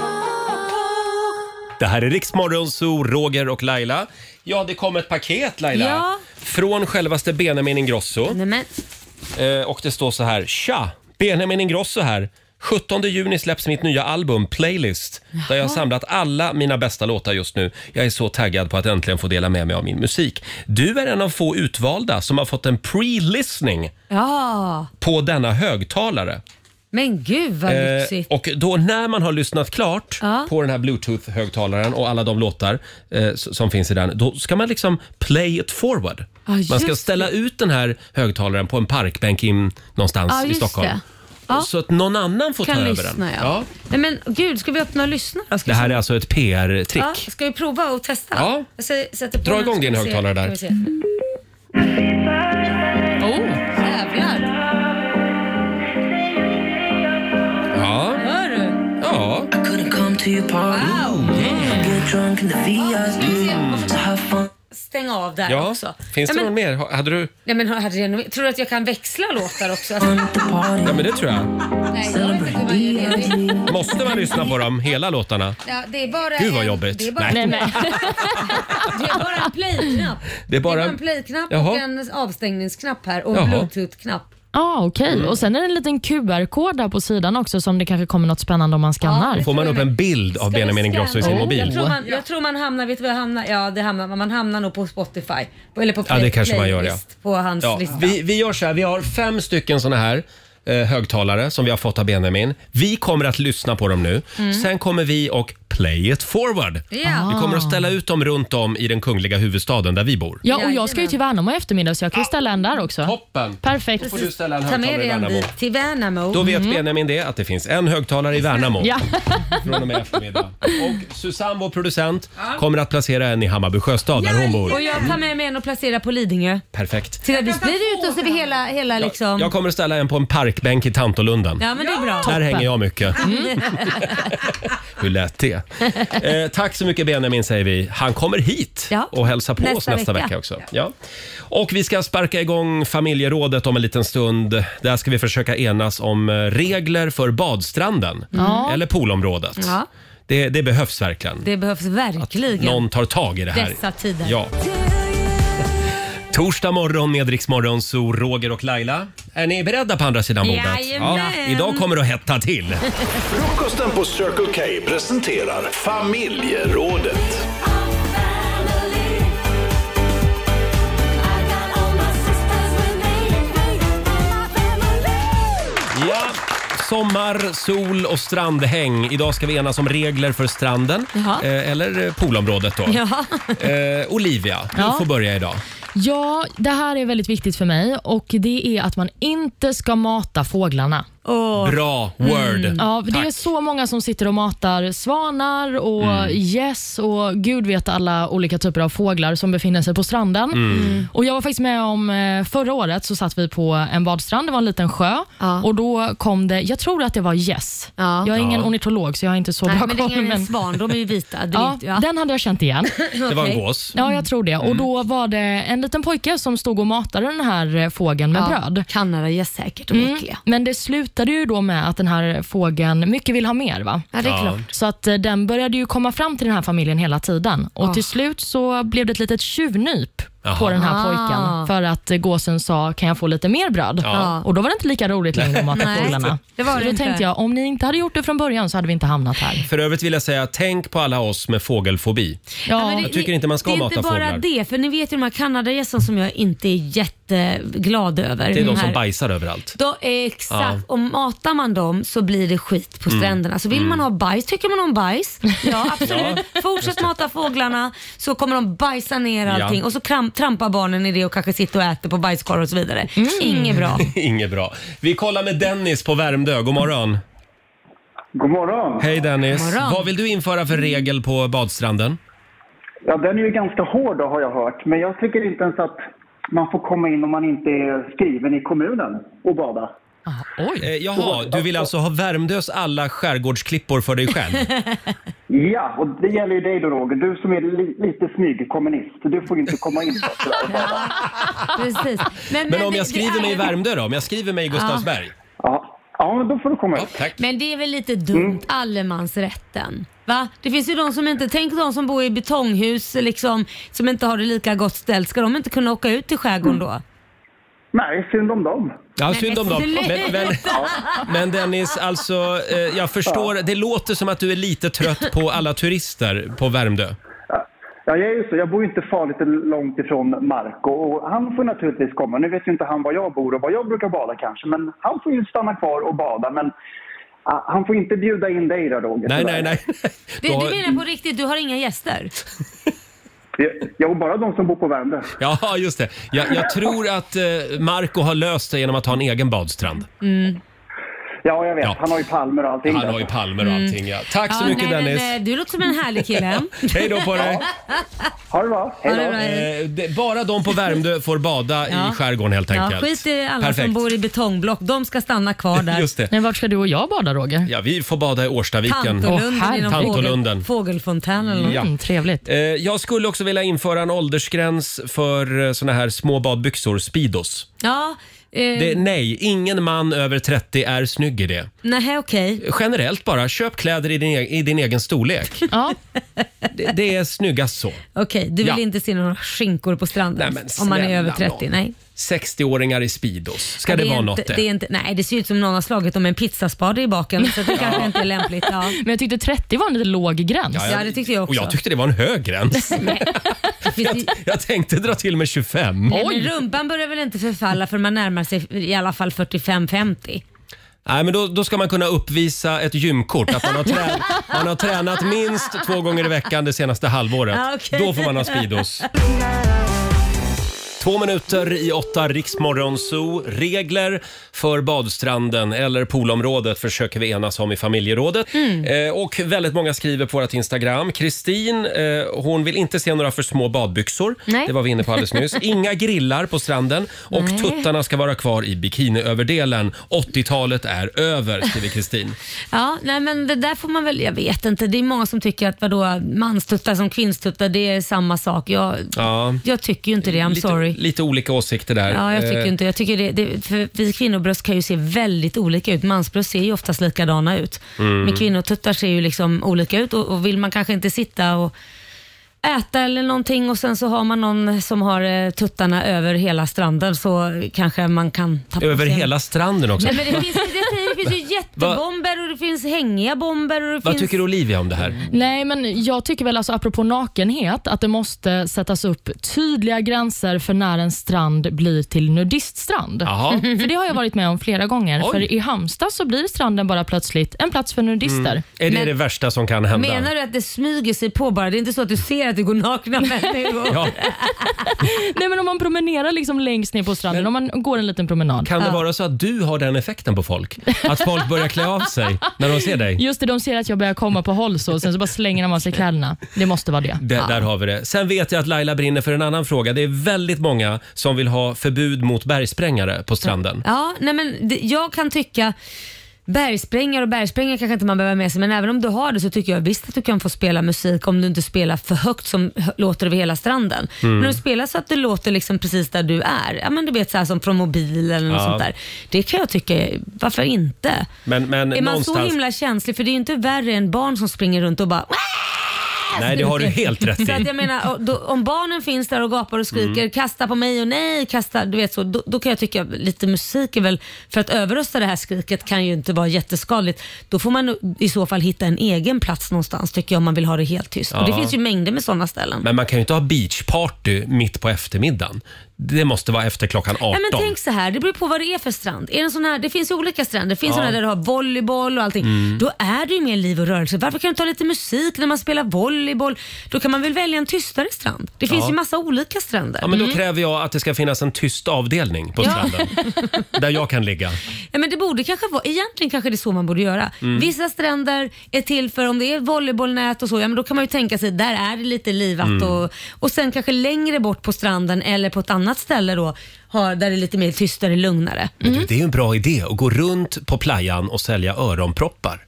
Det här är Riksmorgon Zoo, Roger och Laila. Ja, det kom ett paket Laila. Ja. Från självaste Benjamin Ingrosso. Nej, men, Eh, och det står så här. Tja! Benjamin Ingrosso här. 17 juni släpps mitt nya album Playlist där jag har samlat alla mina bästa låtar just nu. Jag är så taggad på att äntligen få dela med mig av min musik. Du är en av få utvalda som har fått en pre-listening ja, på denna högtalare. men gud vad Eh, lyxigt. och då när man har lyssnat klart Ja. på den här bluetooth-högtalaren och alla de låtar eh, s- som finns i den, då ska man liksom play it forward. Ja, man ska just ställa ut den här högtalaren på en parkbänk in, någonstans Ja, i just Stockholm. det. Ja. Så att någon annan får ta Kan över lyssna den. ja. Nej, men gud, ska vi öppna och lyssna då? Ska Det vi här se- är alltså ett PR-trick. ja, ska vi prova och testa? Ja. Jag sä- sätter på Dra den, igång ska din vi se- högtalare där. ska vi se. Oh, Jävlar, Ja. hör du? ja. Wow! Yeah. Ska vi se, vad- stänga av där Ja, också. finns det ja, någon men, mer? Har- Hade du? nej, men, hade jag nog- tror du att jag kan växla låtar också? Ja, men det tror jag. nej, jag vet inte vad jag gör. Det- Måste man lyssna på dem, hela låtarna? Ja, det är bara Gud, vad en- jobbigt. Det är bara, Nej. nej. Det är bara en play-knapp. Det är bara en play-knapp Jaha. och en avstängningsknapp här och Jaha. en bluetooth-knapp. Ja, ah, okej. Mm. Och sen är det en liten QR-kod där på sidan också som det kanske kommer något spännande om man skannar. Får man upp en bild av Benjamin Ingrosso i sin Jag mobil? tror, man, jag tror man hamnar, vet du vad jag hamnar? Ja, det hamnar, man hamnar nog på Spotify. På- Eller på Ja, det kanske man gör, ja. playlist På hans Ja, lista. vi, vi gör så här, vi har fem stycken såna här eh, högtalare som vi har fått av Benjamin. Vi kommer att lyssna på dem nu. Mm. Sen kommer vi och play it forward. Ja. Vi kommer att ställa ut dem runt om i den kungliga huvudstaden där vi bor. Ja, och jag ska ju till Värnamo i eftermiddag så jag kan ju ställa en där också. Toppen! Perfekt. Då får du ställa en Ta högtalare med i dig en Mm. Värnamo. dit till Värnamo. Då vet Benjamin det, att det finns en högtalare i Värnamo Ja. från och med eftermiddag. Och Susanne, vår producent, kommer att placera en i Hammarby sjöstad där hon bor. Och jag tar med mig en och placerar på Lidingö. Perfekt. Titta, vi sprider ut oss över hela, hela liksom... Jag kommer att ställa en på en parkbänk i Tantolunden. Ja, men det är bra. Där hänger jag mycket. Mm. Hur lät det? Eh, tack så mycket Benjamin säger vi. Han kommer hit Ja. och hälsar på Nästa oss nästa vecka, vecka också. Ja. Och vi ska sparka igång familjerådet om en liten stund. Där ska vi försöka enas om eh, regler för badstranden Ja. eller poolområdet. ja, Det, det behövs verkligen. det behövs verkligen. Någon tar tag i det här. Dessa tider. Ja. Torsdag morgon med Rix Morgon, så Roger och Laila. Är ni beredda på andra sidan bordet? Jajamän. Idag kommer det att hetta till. Frukosten på Circle K presenterar familjerådet. Ja, sommar, sol och strandhäng. Idag ska vi enas om regler för stranden. Jaha. Eh, eller eh, poolområdet då. Ja. Eh, Olivia, du Ja. får börja idag. Ja, det här är väldigt viktigt för mig och det är att man inte ska mata fåglarna. Bra word. Ja, det är Tack. så många som sitter och matar svanar och Mm. gäss och gud vet alla olika typer av fåglar som befinner sig på stranden. Mm. Mm. Och Jag var faktiskt med om eh, förra året så satt vi på en badstrand, det var en liten sjö och då kom det, jag tror att det var gäss. Jag är ingen Ja. ornitolog så jag har inte så Nej, bra men det är koll. ingen svan, de är ju vita. Du ja, vet ju, ja. Den hade jag känt igen. Det var en Okej. gås. Ja, jag tror det. Och Då var det en liten pojke som stod och matade den här eh, fågeln med Ja, bröd. Mm. Kanadagäss säkert, de är äckliga. Men det slutade ju då med att den här fågeln mycket vill ha mer. va? Ja, det är Ja. klart. Så att eh, den började ju komma fram till den här familjen hela tiden. Och Ah. Till slut så blev det ett litet tjuvnyp på Jaha. den här Ah. pojken för att eh, gåsen sa kan jag få lite mer bröd? Ja. Och Då var det inte lika roligt längre att mata Nej, fåglarna. det var så det då inte. tänkte jag, om ni inte hade gjort det från början så hade vi inte hamnat här. För övrigt vill jag säga, tänk på alla oss med fågelfobi. Ja, men det- jag tycker inte man ska det är mata inte bara fåglar. det, för ni vet ju de här kanadagässen som jag inte är jätteglad över. Det är de som här, bajsar överallt. då, eh, Exakt, Ja. och matar man dem så blir det skit på Mm. stränderna. Så vill Mm. man ha bajs, tycker man om bajs, ja absolut. Ja. Fortsätt mata fåglarna så kommer de bajsa ner Ja. allting och så kram, trampar barnen i det och kanske sitter och äter på bajskorv och så vidare. Mm. Inget bra. Inget bra. Vi kollar med Dennis på Värmdö. God morgon. God morgon. Hej Dennis. God morgon. Vad vill du införa för regel på badstranden? Ja, den är ju ganska hård då, har jag hört. Men jag tycker inte ens att man får komma in om man inte är skriven i kommunen och bada. Oj. Eh, jaha, du vill alltså ha Värmdös alla skärgårdsklippor för dig själv? Ja, och det gäller ju dig då Roger. Du som är li- lite smygkommunist. Du får inte komma in. Precis. Men, om det- jag det skriver är- mig i Värmdö då? Om jag skriver mig i Gustavsberg? Ja, ja men då får du komma ut. tack. Men det är väl lite dumt, allemansrätten. Va? Det finns ju de som inte, tänk de som bor i betonghus liksom, som inte har det lika gott ställt. Ska de inte kunna åka ut till skärgården då? Nej, synd om dem. Ja, Men synd om dem. sluta! Men, men, men Dennis, alltså, eh, jag förstår. Det låter som att du är lite trött på alla turister på Värmdö. Ja, jag är ju så. Jag bor ju inte farligt långt ifrån Marco och han får naturligtvis komma. Nu vet ju inte han var jag bor och var jag brukar bada kanske, men han får ju stanna kvar och bada. Men ah, han får inte bjuda in dig då, Roger. Nej, tyvärr. nej, nej. Det, du menar på riktigt, du har inga gäster? Jo, bara de som bor på Värmdö. Ja, just det. Jag, jag tror att eh, Marco har löst det genom att ha en egen badstrand. Mm. Ja, jag vet. Han har ju palmer och allting. Han där. har ju palmer och allting, ja. Tack så Ja, mycket nej, men, Dennis. eh, Du låter som en härlig kille. Hej då på dig. Ha det bra. Hej då. Ha det bra, hej. Eh, det- bara de på Värmdö får bada Ja. i skärgården helt Ja, enkelt. skit i alla Perfekt. som bor i betongblock. De ska stanna kvar där. Just det. Men vart ska du och jag bada Roger? Ja, vi får bada i Årstaviken. Tantolunden i någon Tantolunden. fågel, fågelfontän eller något. Ja. Mm, trevligt. Eh, Jag skulle också vilja införa en åldersgräns för eh, såna här små badbyxor, Speedos. Ja, eh, Det, nej, ingen man över 30 är snygg i det. nej, okej. Generellt bara, köp kläder i din, e- i din egen storlek. Ja. Det, det är snyggast så. Okej, du vill Ja. inte se några skinkor på stranden Nej, men om man är snälla över 30? nån. Nej. 60-åringar i Speedos. Ska Ja, det, är vara inte, något det? det? Är inte, nej, det ser ut som någon har slagit om en pizzaspade i baken så det kanske inte är lämpligt. Ja. Men jag tyckte 30 var en lite låg gräns. Ja, jag- Ja, det Alltså, tyckte jag Och jag tyckte det var en hög gräns. jag, jag tänkte dra till med 25. Nej, men rumpan börjar väl inte förfalla för man närmar sig i alla fall 45-50? Nej, men då, då ska man kunna uppvisa ett gymkort. Att man har, trä, man har tränat minst två gånger i veckan det senaste halvåret. Ja, Ah, okej. Då får man ha Speedos. Två minuter i åtta, Riksmorgon Zoo. Regler för badstranden eller poolområdet försöker vi enas om i familjerådet. Mm. Eh, och väldigt många skriver på vårt Instagram. Kristin, eh, hon vill inte se några för små badbyxor. Nej. Det var vi inne på alldeles nyss. Inga grillar på stranden och Nej. tuttarna ska vara kvar i bikiniöverdelen. 80-talet är över, skriver Kristin. Ja, nej men det där får man väl, jag vet inte. Det är många som tycker att vadå, manstuttar som kvinnstuttar, det är samma sak. Jag, Ja. jag tycker ju inte det, I'm lite, sorry. Lite olika åsikter där. Ja, jag tycker Eh, inte jag tycker det, det. För vi kvinnobröst kan ju se väldigt olika ut. Mansbröst ser ju oftast likadana ut. Mm. Men kvinnotuttar ser ju liksom olika ut och, och vill man kanske inte sitta och äta eller någonting och sen så har man någon som har eh, tuttarna över hela stranden så kanske man kan tappa Över hela stranden också. Nej, men det finns, det, det finns ju jättebomber och det finns hängiga bomber. Och det Vad finns... tycker Olivia om det här? Nej, men jag tycker väl alltså apropå nakenhet att det måste sättas upp tydliga gränser för när en strand blir till nudiststrand. Mm. Jaha. För det har jag varit med om flera gånger. Oj. För i Halmstad så blir stranden bara plötsligt en plats för nudister. Mm. Är det Men- det värsta som kan hända? Menar du att det smyger sig på bara? Det är inte så att du ser att det går nakna människor? Ja. Nej, men om man promenerar liksom längst ner på stranden, om man går en liten promenad. Kan det Ja. vara så att du har den effekten på folk? Att folk börjar klä av sig när de ser dig? Just det, de ser att jag börjar komma på håll så, och sen så bara slänger de av sig kläderna. Det måste vara det. Det, Där har vi det. Sen vet jag att Laila brinner för en annan fråga. Det är väldigt många som vill ha förbud mot bergsprängare på stranden. Ja, nej men det, jag kan tycka Bergsprängare och bergsprängare kanske inte man behöver med sig men även om du har det så tycker jag visst att du kan få spela musik om du inte spelar för högt som hö- låter över hela stranden. Mm. Men om du spelar så att det låter liksom precis där du är, ja, men du vet så här som från mobilen eller något Ja. sånt där. Det kan jag tycka, varför inte? Men, men är man så någonstans... himla känslig? För det är ju inte värre än barn som springer runt och bara Nej, det har du helt rätt så att i. jag menar, och då, om barnen finns där och gapar och skriker Mm. “kasta på mig” och “nej, kasta”, du vet så, då, då kan jag tycka lite musik är väl, för att överrösta det här skriket kan ju inte vara jätteskadligt. Då får man i så fall hitta en egen plats någonstans tycker jag om man vill ha det helt tyst. Och det Ja. finns ju mängder med sådana ställen. Men man kan ju inte ha beachparty mitt på eftermiddagen. Det måste vara efter klockan 18. Nej, men tänk så här, det beror på vad det är för strand. Är det, en sån här, det finns ju olika stränder. Det finns Ja. såna där du har volleyboll och allting. Mm. Då är det ju mer liv och rörelse. Varför kan du inte ha lite musik när man spelar volleyboll? Då kan man väl välja en tystare strand. Det finns Ja. ju massa olika stränder. Ja, men då Mm. kräver jag att det ska finnas en tyst avdelning på Ja. stranden. Där jag kan ligga. Ja, men det borde kanske vara, egentligen kanske det är så man borde göra. Mm. Vissa stränder är till för om det är volleybollnät och så, ja men då kan man ju tänka sig där är det lite livat Mm. och, och sen kanske längre bort på stranden eller på ett annat ställe då ha, där det är lite mer tystare, lugnare. Men du, det är ju en bra idé att gå runt på playan och sälja öronproppar.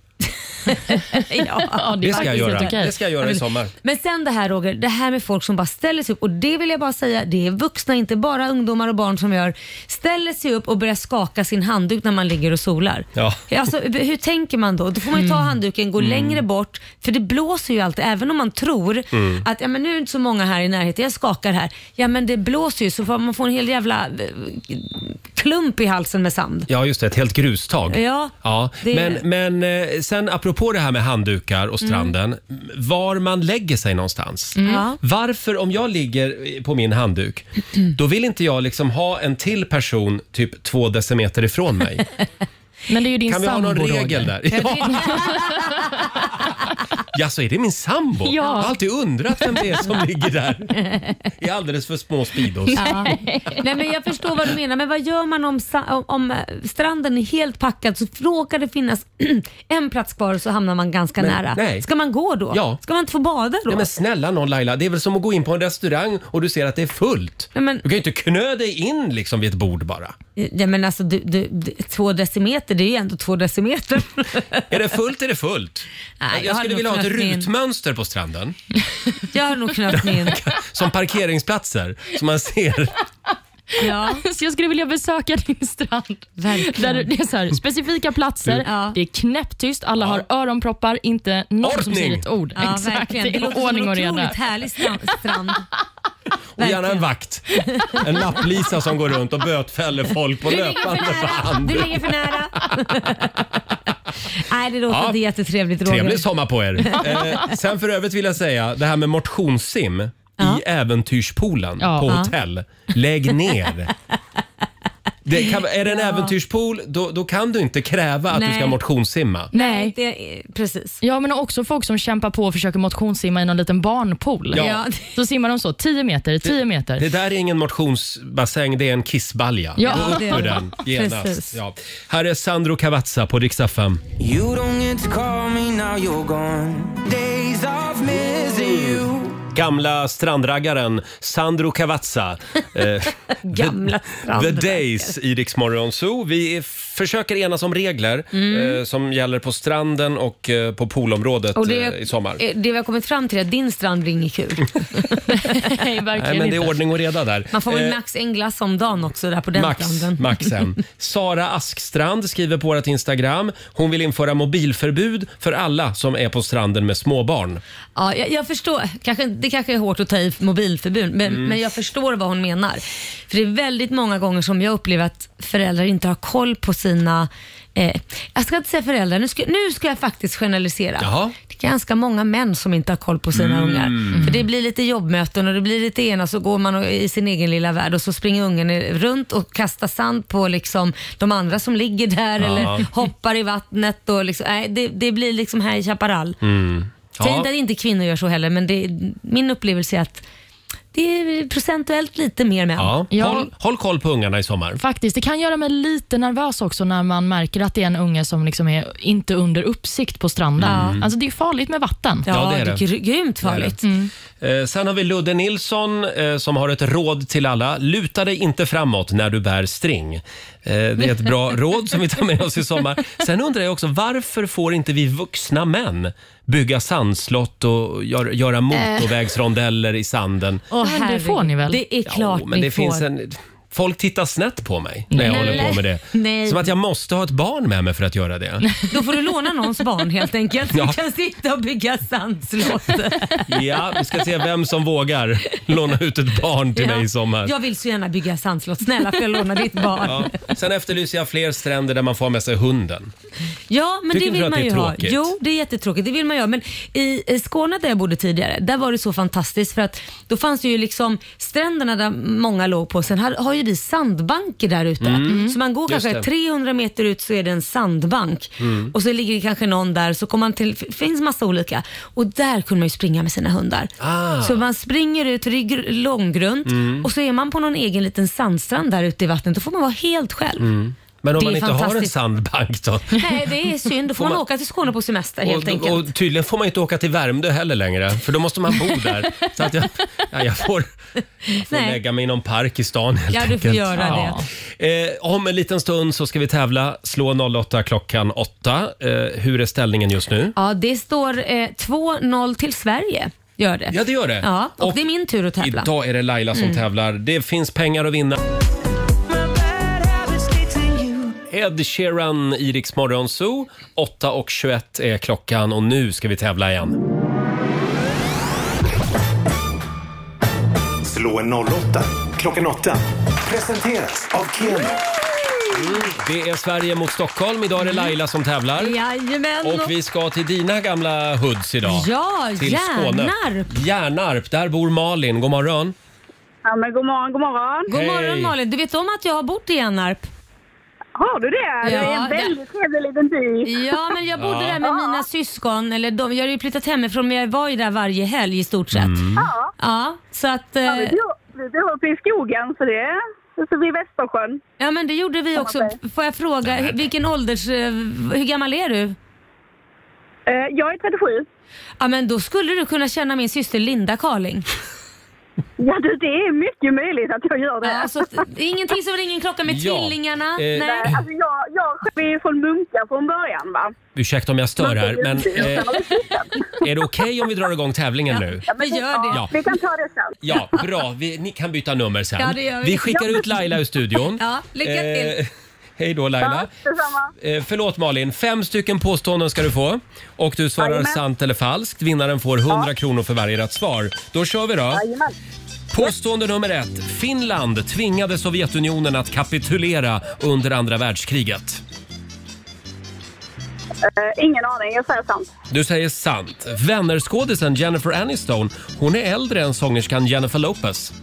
ja, Det ska jag göra. Det ska jag göra i vill- sommar. Men sen det här Roger, det här med folk som bara ställer sig upp och det vill jag bara säga, det är vuxna, inte bara ungdomar och barn som gör, ställer sig upp och börjar skaka sin handduk när man ligger och solar. Ja. Mm. Alltså, hur tänker man då? Då får man ju ta handduken, gå längre bort, för det blåser ju alltid. Även om man tror Mm. att ja, men nu är det inte så många här i närheten, jag skakar här. Ja men det blåser ju så får man får en hel jävla eh, klump i halsen med sand. Ja, just det. Ett helt grustag. Ja, Ja, det- men, men eh, sen apropå det här med handdukar och stranden. Var man lägger sig någonstans. Mm. Ja. Varför, om jag ligger på min handduk, då vill inte jag liksom ha en till person typ två decimeter ifrån mig. Men det är ju din Kan vi ha sambo någon Roger. regel där? Ja. Ja. Ja, så är det min sambo? Ja. Jag har alltid undrat vem det är som ligger där i alldeles för små Speedos. Ja. Nej, men jag förstår vad du menar, men vad gör man om, sa- om, om eh, stranden är helt packad så råkar det finnas en plats kvar så hamnar man ganska Men, nära. nej. Ska man gå då? Ja. Ska man inte få bada då? Nej, men snälla någon Laila, det är väl som att gå in på en restaurang och du ser att det är fullt. Du kan ju inte knö dig in liksom vid ett bord bara. Ja, men alltså, du, du, du, två decimeter, det är ju ändå två decimeter. Är det fullt är det fullt. jag, jag skulle hade nog vilja ha ett knöt mig in. rutmönster på stranden. Jag har nog knöt mig in. Som parkeringsplatser, som man ser. Ja. Så jag skulle vilja besöka din strand. Verkligen. Där det är så här, specifika platser, det är knäpptyst, alla har öronproppar, inte någon som Ordning. säger ett ord. Ja, verkligen. Det låter som en otroligt härlig stra- strand. Och gärna en vakt. En lapplisa som går runt och bötfäller folk på Du ligger för löpande nära. band. Du ligger för nära. Nej, det låter Ja. inte jättetrevligt Roger. Trevlig sommar på er. Eh, sen för övrigt vill jag säga, det här med motionssim i äventyrspoolen Ja. på Ja. hotell. Lägg ner. Det kan, är det en Ja. äventyrspool, då, då kan du inte kräva att du Nej. ska motionssimma. Nej. precis. Ja, men också folk som kämpar på och försöker motionssimma i någon liten barnpool. Ja. Ja. Så simmar de så, 10 meter, 10 meter. Det där är ingen motionsbassäng, det är en kissbalja. Ja, Gå upp det ur är det. den Precis. genast. Ja. Här är Sandro Cavazza på Rix FM. You don't get to call me now you're gone. Days of missing you. Gamla strandraggaren Sandro Cavazza. Eh, Gamla The strand. Days i Rix Morgon Zoo. Vi är, försöker enas om regler Mm. eh, som gäller på stranden och eh, på poolområdet Och det, eh, i sommar. eh, det vi har kommit fram till är att din strand blir inget kul. Nej, Nej, men det är ordning och reda där. Man får väl Eh, max en glass om dagen också där på den max, stranden. max en. Sara Askstrand skriver på vårt Instagram. Hon vill införa mobilförbud för alla som är på stranden med småbarn. Ja, jag, jag förstår. Kanske, det kanske är hårt att ta i mobilförbud, men, Mm. men jag förstår vad hon menar. För det är väldigt många gånger som jag upplever att föräldrar inte har koll på sina... Eh, jag ska inte säga föräldrar, nu ska, nu ska jag faktiskt generalisera. Jaha. Det är ganska många män som inte har koll på sina Mm. ungar. För det blir lite jobbmöten och det blir lite ena så går man och- i sin egen lilla värld och så springer ungen runt och kastar sand på liksom de andra som ligger där Ja. eller hoppar i vattnet. Och liksom, nej, det, det blir liksom här i Chaparral. Mm. Säg Ja. inte att inte kvinnor gör så heller, men det, min upplevelse är att det är procentuellt lite mer män. Ja. Ja. Håll, håll koll på ungarna i sommar. Faktiskt, det kan göra mig lite nervös också när man märker att det är en unge som liksom är inte under uppsikt på stranden. Mm. Alltså det är farligt med vatten. Ja, det är det. gr- grymt Det är det. Mm. Eh, sen har vi Ludde Nilsson eh, som har ett råd till alla. Luta dig inte framåt när du bär string. Eh, det är ett bra råd som vi tar med oss i sommar. Sen undrar jag också, varför får inte vi vuxna män bygga sandslott och gör, Eh. göra motorvägsrondeller i sanden? Åh, Men det får ni väl? Det är klart Jo, men ni det får. finns en... Folk tittar snett på mig när jag Nej. håller på med det. Nej. Som att jag måste ha ett barn med mig för att göra det. Då får du låna någons barn helt enkelt. Du Ja. kan sitta och bygga sandslott. Ja, vi ska se vem som vågar låna ut ett barn till Ja. mig i sommar. Jag vill så gärna bygga sandslott. Snälla får jag låna ditt barn? Ja, Ja. Sen efterlyser jag fler stränder där man får ha med sig hunden. men Tycker det du vill att man det är ju ha. tråkigt? Jo, det är jättetråkigt. Det vill man ju ha. Men i eh, Skåne där jag bodde tidigare, där var det så fantastiskt för att då fanns det ju liksom stränderna där många låg på. Sen har, har ju vi sandbanker där ute. Mm. Så man går Just kanske det. 300 meter ut så är det en sandbank. Mm. Och så ligger det kanske någon där så kommer man till, det finns massa olika. Och där kunde man ju springa med sina hundar. Ah. Så man springer ut, för det är gr- långgrunt Mm. och så är man på någon egen liten sandstrand där ute i vattnet. Då får man vara helt själv. Mm. Men om Det man är inte har en fantastiskt. sandbank då? Nej, det är synd. Då får Får man, man- åka till Skåne på semester helt Och, enkelt. och tydligen får man inte åka till Värmdö heller längre, för då måste man bo där. Så att jag, ja, jag får, jag får Nej. lägga mig i någon park i stan helt Ja, du får enkelt. göra det. Eh, om en liten stund så ska vi tävla. Slå 08 klockan 8. Eh, hur är ställningen just nu? Ja, det står eh, 2-0 till Sverige. Gör det. Ja, det gör det. Ja, och, Och det är min tur att tävla. Idag är det Laila som Mm. tävlar. Det finns pengar att vinna. Ed Sheeran i Rix Morgon Zoo. 8.21 är klockan och nu ska vi tävla igen. Slå en 08 klockan 8. Presenteras av Keno. Det är Sverige mot Stockholm. Idag är det Laila som tävlar. Jajamän. Och vi ska till dina gamla hoods idag. Ja, till Skåne. Hjärnarp. Hjärnarp. Där bor Malin. God morgon. Ja, men god morgon, god morgon. God Hej. morgon Malin. Du vet om att jag har bott i Hjärnarp? Har du det? det är Ja, en det- väldigt trevlig liten by. Ja, men jag bodde där med mina syskon. Eller de, jag har ju flyttat hemifrån men jag var ju där varje helg i stort sett. Mm. Ja. Ja, så att... eh, Ja, vi bor- vi bor uppe i skogen, så det så vi är Västersjön. Ja, men det gjorde vi också. Får jag fråga, hur- vilken ålders... eh, Hur gammal är du? Eh, Jag är 37. Ja, men då skulle du kunna känna min syster Linda Carling. Ja, du, det är mycket möjligt att jag gör det. Ja, så att- det är ingenting som ringer en klocka med Ja, tvillingarna. eh, Nej. Nej, alltså jag, jag själv är ju från Munka från början, va? Ursäkta om jag stör här, men eh, Ja, är det okej om vi drar igång tävlingen nu? men vi gör det. Ja. Vi kan ta det sen. Ja, bra. Vi, ni kan byta nummer sen. Ja, det gör vi. vi skickar ut Laila ur studion. Ja, lycka till. Eh, hej då Laila. Eh, förlåt Malin, fem stycken påståenden ska du få. Och du svarar Jajamän. sant eller falskt. Vinnaren får 100 kronor för varje rätt svar. Då kör vi då. Jajamän. Påstående nummer ett. Finland tvingade Sovjetunionen att kapitulera under andra världskriget. Eh, ingen aning, jag säger sant. Du säger sant. Vännerskådisen Jennifer Aniston, hon är äldre än sångerskan Jennifer Lopez.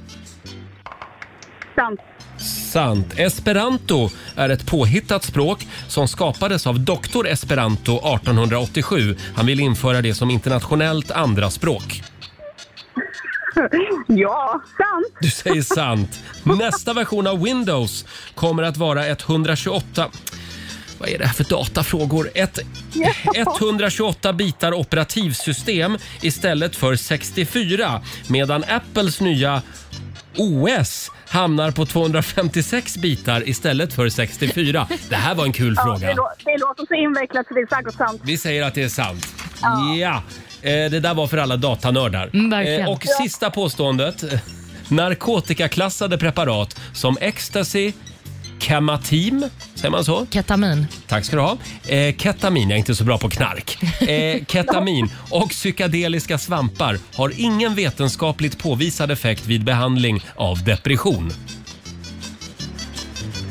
Sant. Sant. Esperanto är ett påhittat språk som skapades av doktor Esperanto 1887. Han vill införa det som internationellt andra språk. ja, sant. Du säger sant. Nästa version av Windows kommer att vara ett 128... Vad är det här för datafrågor? Ett 128 bitar operativsystem istället för 64 medan Apples nya OS hamnar på 256 bitar istället för 64. Det här var en kul Ja, fråga. det, lå- det låter så invecklat så det är säkert sant. Vi säger att det är sant. Ja. Eh, Det där var för alla datanördar. Mm, verkligen. Eh, och sista påståendet. Narkotikaklassade preparat som ecstasy, kamatim, säger man så? Ketamin. Tack ska du ha. Eh, ketamin, jag är inte så bra på knark. Eh, ketamin och psykedeliska svampar har ingen vetenskapligt påvisad effekt vid behandling av depression.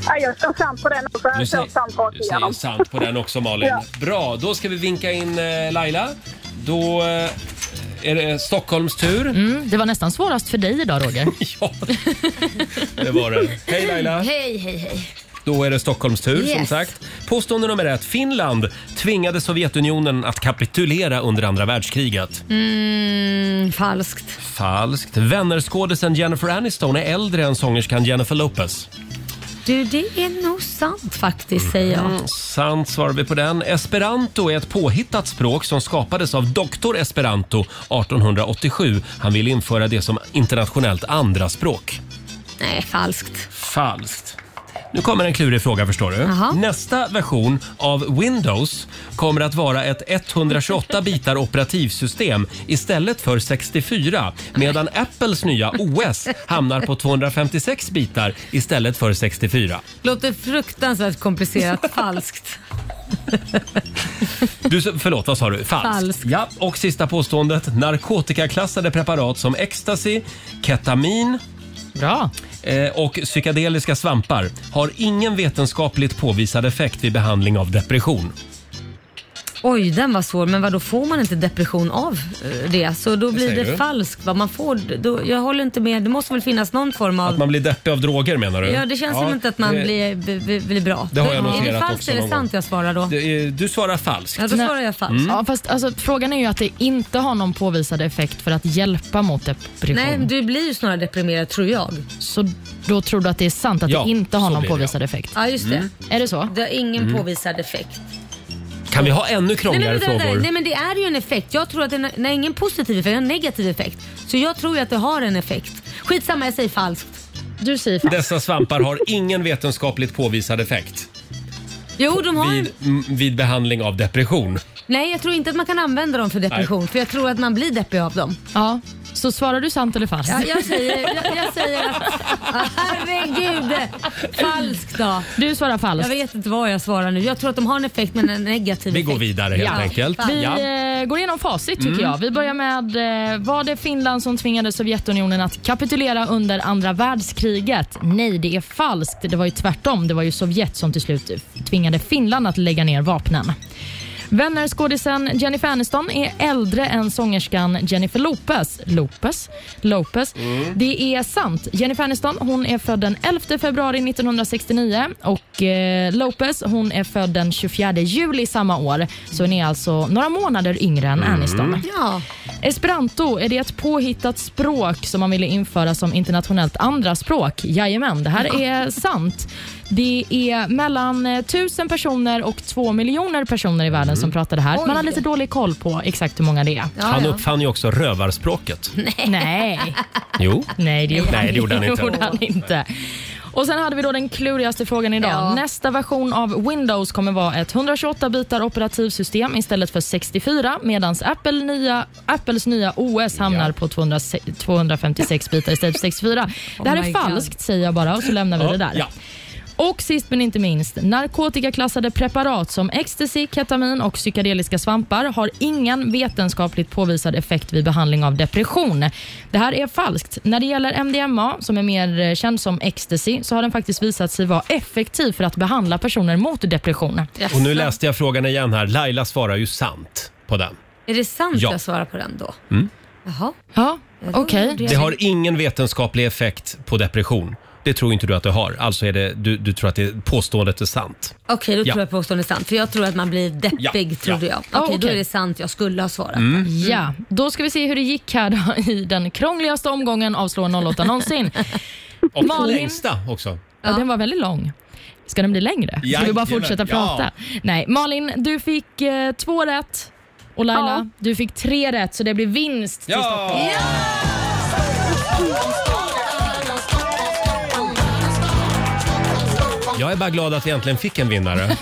Ja, jag står sant på den också. Du Jag säger- står sant rakt Du säger igenom. sant på den också Malin. Ja. Bra, då ska vi vinka in eh, Laila. Då eh, är det Stockholms tur. Mm, det var nästan svårast för dig idag, Roger. Det var det. Hej Laila. Hej, hej, hej. Då är det Stockholms tur som Yes. sagt. Påstående nummer ett. Finland tvingade Sovjetunionen att kapitulera under andra världskriget. Mm, falskt. Falskt. Vännerskådisen Jennifer Aniston är äldre än sångerskan Jennifer Lopez. Du, det är nog sant faktiskt, säger jag. Sant svarar vi på den. Esperanto är ett påhittat språk som skapades av doktor Esperanto 1887. Han ville införa det som internationellt andra språk. Nej, falskt. Falskt. Nu kommer en klurig fråga förstår du. Jaha. Nästa version av Windows kommer att vara ett 128 bitar operativsystem istället för 64 medan Apples nya OS hamnar på 256 bitar istället för 64. Låter fruktansvärt komplicerat. falskt. Du, förlåt, vad sa du? Falskt. Falskt. Ja, och sista påståendet. Narkotikaklassade preparat som ecstasy, ketamin eh, Bra. och psykedeliska svampar har ingen vetenskapligt påvisad effekt vid behandling av depression. Oj, den var svår. Men vad får man inte depression av eh, det? Så då blir säger det du? falskt. Vad man får, då, jag håller inte med. Det måste väl finnas någon form av... Att man blir deppig av droger menar du? Ja, det känns som inte att man eh, blir, blir, blir bra. Det har jag Är det noterat falskt också eller någon gång. sant jag svarar då? det Mm. är- Du svarar falskt. Ja, då svarar jag falskt. Ja, fast alltså, frågan är ju att det inte har någon påvisad effekt för att hjälpa mot depression. Nej, du blir ju snarare deprimerad tror jag. Så då tror du att det är sant att Ja, det inte har så någon blir det, påvisad effekt? Ja, just det. Mm. Är det så? Det har ingen Mm. påvisad effekt. Kan vi ha ännu Nej men, krångligare vänta, vänta. frågor? Nej men det är ju en effekt. Jag tror att den har ingen positiv effekt, den har en negativ effekt. Så jag tror ju att det har en effekt. Skitsamma, jag säger falskt. Du säger Dessa svampar har ingen vetenskapligt påvisad effekt Jo, de har vid, m- vid behandling av depression. Nej, jag tror inte att man kan använda dem för depression. För jag tror att man blir deppig av dem. Ja, så svarar du sant eller falskt? Ja, jag säger, jag, jag säger att... Herregud! Falskt då. Du svarar falskt. Jag vet inte vad jag svarar nu. Jag tror att de har en effekt men en negativ Vi effekt. går vidare helt enkelt. Vi Ja. eh, går igenom facit tycker Mm. jag. Vi börjar med, eh, var det Finland som tvingade Sovjetunionen att kapitulera under andra världskriget? Nej, det är falskt. Det var ju tvärtom. Det var ju Sovjet som till slut tvingade Finland att lägga ner vapnen. Vännerskådisen Jennifer Aniston är äldre än sångerskan Jennifer Lopez. Lopez? Lopez. Det är sant. Jennifer Aniston hon är född den 11 februari 1969 och Och eh, Lopez hon är född den 24 juli samma år, så hon är alltså några månader yngre än Aniston. Ja. Esperanto, är det ett påhittat språk som man ville införa som internationellt andraspråk? Jajamän, det här är sant. Det är mellan eh, 1000 personer och 2 miljoner personer i världen som pratar det här. Man har Oj. lite dålig koll på exakt hur många det är. Han uppfann ju också rövarspråket. Nej. Jo. Nej, det gjorde, Nej, det gjorde han inte. gjorde han inte. Och Sen hade vi då den klurigaste frågan idag. Nästa version av Windows kommer vara ett 128 bitar operativsystem istället för 64 medan Apple nya, Apples nya OS hamnar på 200, 256 bitar istället för 64. Det här Oh my är God. falskt säger jag bara och så lämnar vi Ja, det där. ja. Och sist men inte minst, narkotikaklassade preparat som ecstasy, ketamin och psykedeliska svampar har ingen vetenskapligt påvisad effekt vid behandling av depression. Det här är falskt. När det gäller MDMA, som är mer eh, känd som ecstasy, så har den faktiskt visat sig vara effektiv för att behandla personer mot depression. Och nu läste jag frågan igen här. Laila svarar ju sant på den. Är det sant Ja. jag svarar på den då? Mm. Jaha. Ja, okej. Det har ingen vetenskaplig effekt på depression. Det tror inte du att det har. Alltså är det, du, du tror att det, påståendet är sant. Okej, då Ja. tror jag påståendet är sant. För jag tror att man blir deppig, Ja, trodde ja. jag. Okej, Ah, då okej. är det sant. Jag skulle ha svarat. Mm. Ja, då ska vi se hur det gick här då, i den krångligaste omgången av Slå 08 någonsin. Och Malin. längsta också. Ja. den var väldigt lång. Ska den bli längre? Ska vi bara Jajamän, fortsätta ja. prata? Nej, Malin, du fick eh, två rätt. Och Laila, Ja. du fick tre rätt, så det blir vinst till Stockholm. Jag är bara glad att vi äntligen fick en vinnare.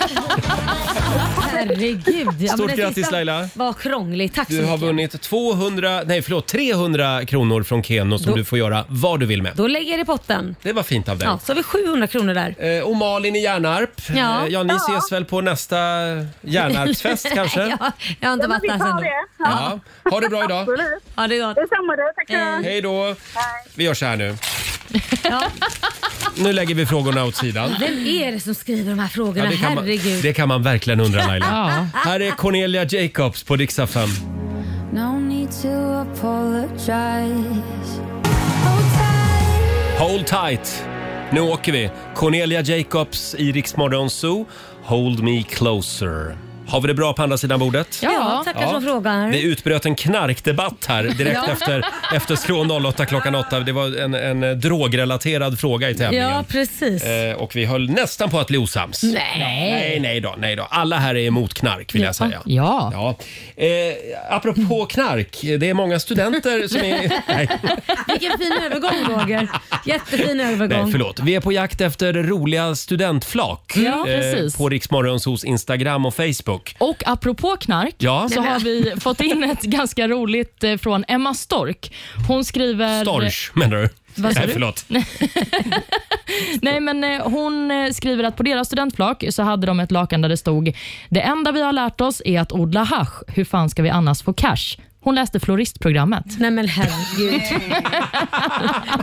Herregud. Ja, Stort men det grattis, sista Laila. Vad krångligt. Tack så Du mycket. har vunnit 200, nej förlåt, 300 kronor från Keno som Då- du får göra vad du vill med. Då lägger jag det i potten. Det var fint av dig. Eh, Ja, så har vi 700 kronor där. Och Malin i Hjärnarp. Ja. Eh, ja ni ses väl på nästa Hjärnarpsfest kanske? ja, jag har inte Ja, men varit vi där tar sen. då. det. Ja. Ha det bra idag. Absolut. Ja, det är gott. Eh, Detsamma du. Tack ska Hej då. Vi gör så här nu. Ja. Nu lägger vi frågorna åt sidan. Vem är det som skriver de här Ja, frågorna? det, kan man, Herregud. det kan man verkligen undra Laila. Ja. Här är Cornelia Jacobs på Dix FM. No need to apologize. Hold tight! Nu åker vi. Cornelia Jacobs i Rix Morgon Zoo. Hold me closer. Har vi det bra på andra sidan bordet? Ja, tackar som frågar. Det utbröt en knarkdebatt här direkt Ja. efter, efter slå 08 klockan 8. Det var en, en drogrelaterad fråga i tävlingen. Ja, precis. Eh, och vi höll nästan på att bli osams. Nej. nej, nej då, nej då. Alla här är emot knark vill jag säga. Ja. ja. Eh, apropå knark, det är många studenter som är... Nej. Vilken fin övergång Roger. Jättefin övergång. Nej, förlåt. Vi är på jakt efter roliga studentflak eh, Ja, precis. på Riksmorgons hos Instagram och Facebook. Och apropå knark Ja. så har vi fått in ett ganska roligt eh, från Emma Stork. Hon skriver... eh, Storch menar du? Vad sa Nej, du? förlåt. Nej, men eh, hon eh, skriver att på deras studentflak så hade de ett lakan där det stod “Det enda vi har lärt oss är att odla hasch. Hur fan ska vi annars få cash?” Hon läste floristprogrammet. Nej men herregud.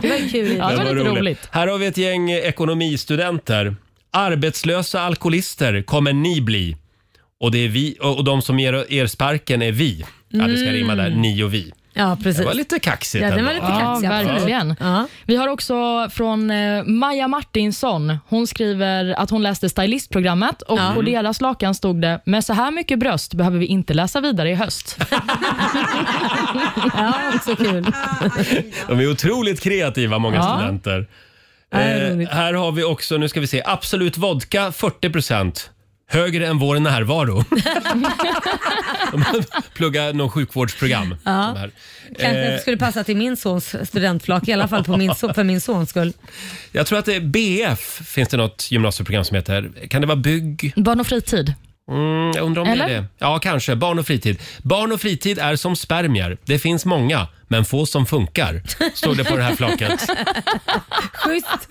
det var ju kul. Ja, det var Den lite rolig. roligt. Här har vi ett gäng ekonomistudenter. Arbetslösa alkoholister kommer ni bli. Och, det är vi, och och de som ger er sparken är vi. Ja, det ska Mm. rimma där. Ni och vi. Ja, precis. Det var lite kaxigt Ja, den ändå. var lite kaxig. Ja, absolut. verkligen. Vi har också från eh, Maja Martinsson. Hon skriver att hon läste stylistprogrammet och Ja. på deras lakan stod det “Med så här mycket bröst behöver vi inte läsa vidare i höst”. ja, också kul. Eh, De är otroligt kreativa många Ja. studenter. Eh, här har vi också, nu ska vi se, Absolut Vodka 40 Högre än vår närvaro. Plugga någon sjukvårdsprogram. Ja. De här. Kanske Eh, skulle passa till min sons studentflak, i alla fall på min so- för min sons skull. Jag tror att det är BF, finns det något gymnasieprogram som heter. Kan det vara bygg? Barn och fritid. Mm, jag undrar om Eller? det är det. Ja, kanske. Barn och fritid. Barn och fritid är som spermier. Det finns många, men få som funkar. Står det på det här flaket. Schysst.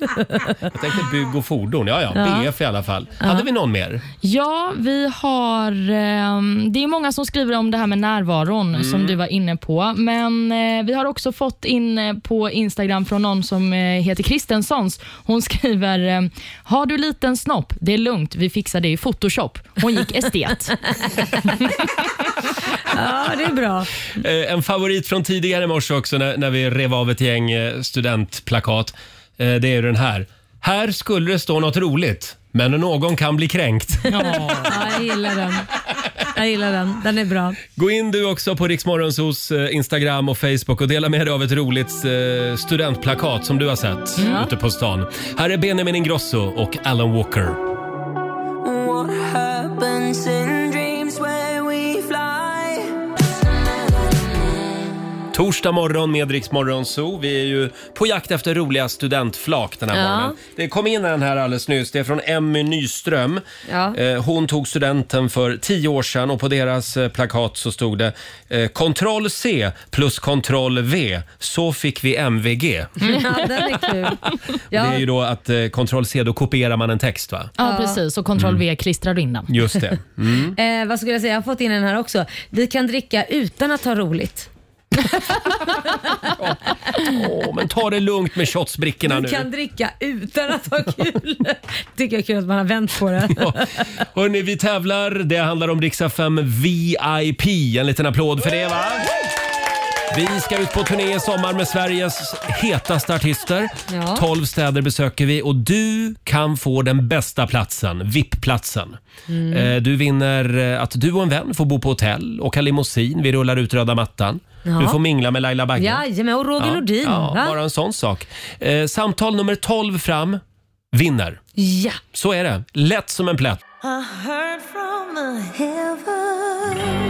Jag tänkte bygg och fordon. Ja, ja. Ja. BF i alla fall. Hade vi någon mer? Ja, vi har... ehm, det är många som skriver om det här med närvaron Mm. som du var inne på. Men eh, vi har också fått in eh, på Instagram från någon som eh, heter Kristenssons. Hon skriver, eh, har du liten snopp? Det är lugnt, vi fixar det i Photoshop. Hon gick estet. Ja, det är bra. Eh, en favorit från tidigare i morse också när, när vi rev av ett gäng eh, studentplakat. Eh, det är ju den här. Här skulle det stå något roligt, Men någon kan bli kränkt. ja, jag gillar den. Jag gillar den. Den är bra. Gå in du också på Riksmorgonsos eh, Instagram och Facebook och dela med dig av ett roligt eh, studentplakat som du har sett Ja. ute på stan. Här är Benjamin Ingrosso och Alan Walker. What happens in dreams when we fly? Torsdag morgon med Riksmorgonso. Vi är ju på jakt efter roliga studentflak den här Ja. morgonen. Det kom in en här alldeles nyss. Det är från Emmy Nyström. Ja. Eh, Hon tog studenten för tio år sedan och på deras eh, plakat så stod det eh, Kontroll C plus kontroll V. Så fick vi MVG. Ja, den är kul. Ja. Mm. Det är ju då att eh, kontroll C, då kopierar man en text va? Ja, precis. Och kontroll V klistrar du in den. Just det. Mm. Eh, vad skulle jag säga? Jag har fått in den här också. Vi kan dricka utan att ha roligt. Åh, men ta det lugnt med shotsbrickorna Vi nu. kan dricka utan att ha kul. Tycker jag är kul att man har vänt på det. Hörrni, vi tävlar. Det handlar om Riksa 5 VIP. En liten applåd för det va? Vi ska ut på turné i sommar med Sveriges hetaste artister. Ja. 12 städer besöker vi och du kan få den bästa platsen, VIP-platsen. Mm. Eh, Du vinner eh, att du och en vän får bo på hotell, åka limousin, vi rullar ut röda mattan. Ja. Du får mingla med Laila Bagge. Jajamän, och Roger Nordin. Ja, va? bara en sån sak. Eh, Samtal nummer 12 fram vinner. Ja. Så är det. Lätt som en plätt. I heard from the heavens.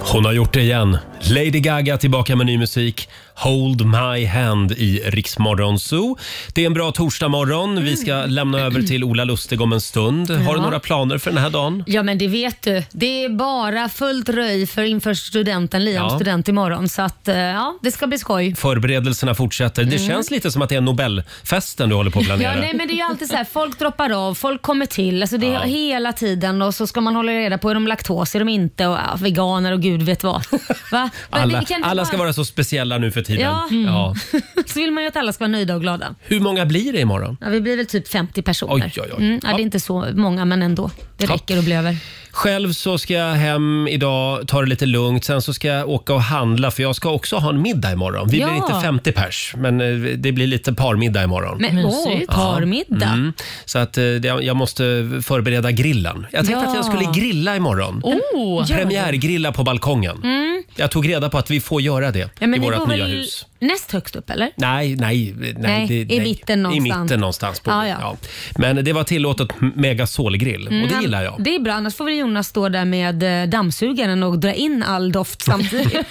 Hon har gjort det igen. Lady Gaga tillbaka med ny musik. Hold my hand i Riksmorgon Zoo. Det är en bra torsdagmorgon. Vi ska lämna över till Ola Lustig om en stund. Har du Mm. Ja. några planer för den här dagen? Ja men det vet du. Det är bara fullt röj för inför studenten, Liams Ja. student imorgon. Så att, eh, ja, det ska bli skoj. Förberedelserna fortsätter. Det Mm. känns lite som att det är Nobelfesten du håller på att planera. Ja, nej, men det är ju alltid så här, folk droppar av, folk kommer till. Alltså det är hela tiden och så ska man hålla reda på, är de laktos, är de inte? Och, ja, veganer och gud vet vad. Va? Men Alla, vi kan inte alla ska bara- vara så speciella nu för tiden. Ja. Mm. Ja. Så vill man ju att alla ska vara nöjda och glada. Hur många blir det imorgon? Ja, vi blir väl typ 50 personer. Oj, oj, oj. Mm, ja, det är inte så många, men ändå. Det Ja. räcker att bli över. Själv så ska jag hem idag, ta det lite lugnt. Sen så ska jag åka och handla för jag ska också ha en middag imorgon. Vi Ja. blir inte 50 pers, men eh, det blir lite parmiddag imorgon. Men, åh, Mysigt. parmiddag. Mm. Så att eh, det- jag måste förbereda grillen. Jag tänkte Ja. att jag skulle grilla imorgon. Oh. Gör det. Premiärgrilla på balkongen. Mm. Jag tog reda på att vi får göra det Ja, men i ni vårt bor nya väl hus. näst högst upp eller? Nej, nej, nej. Nej, i mitten någonstans. I mitten någonstans. På, Ja, ja. Men det var tillåtet megasolgrill och det Mm, gillar jag. Det är bra, annars får väl Jonas stå där med eh, dammsugaren och dra in all doft samtidigt.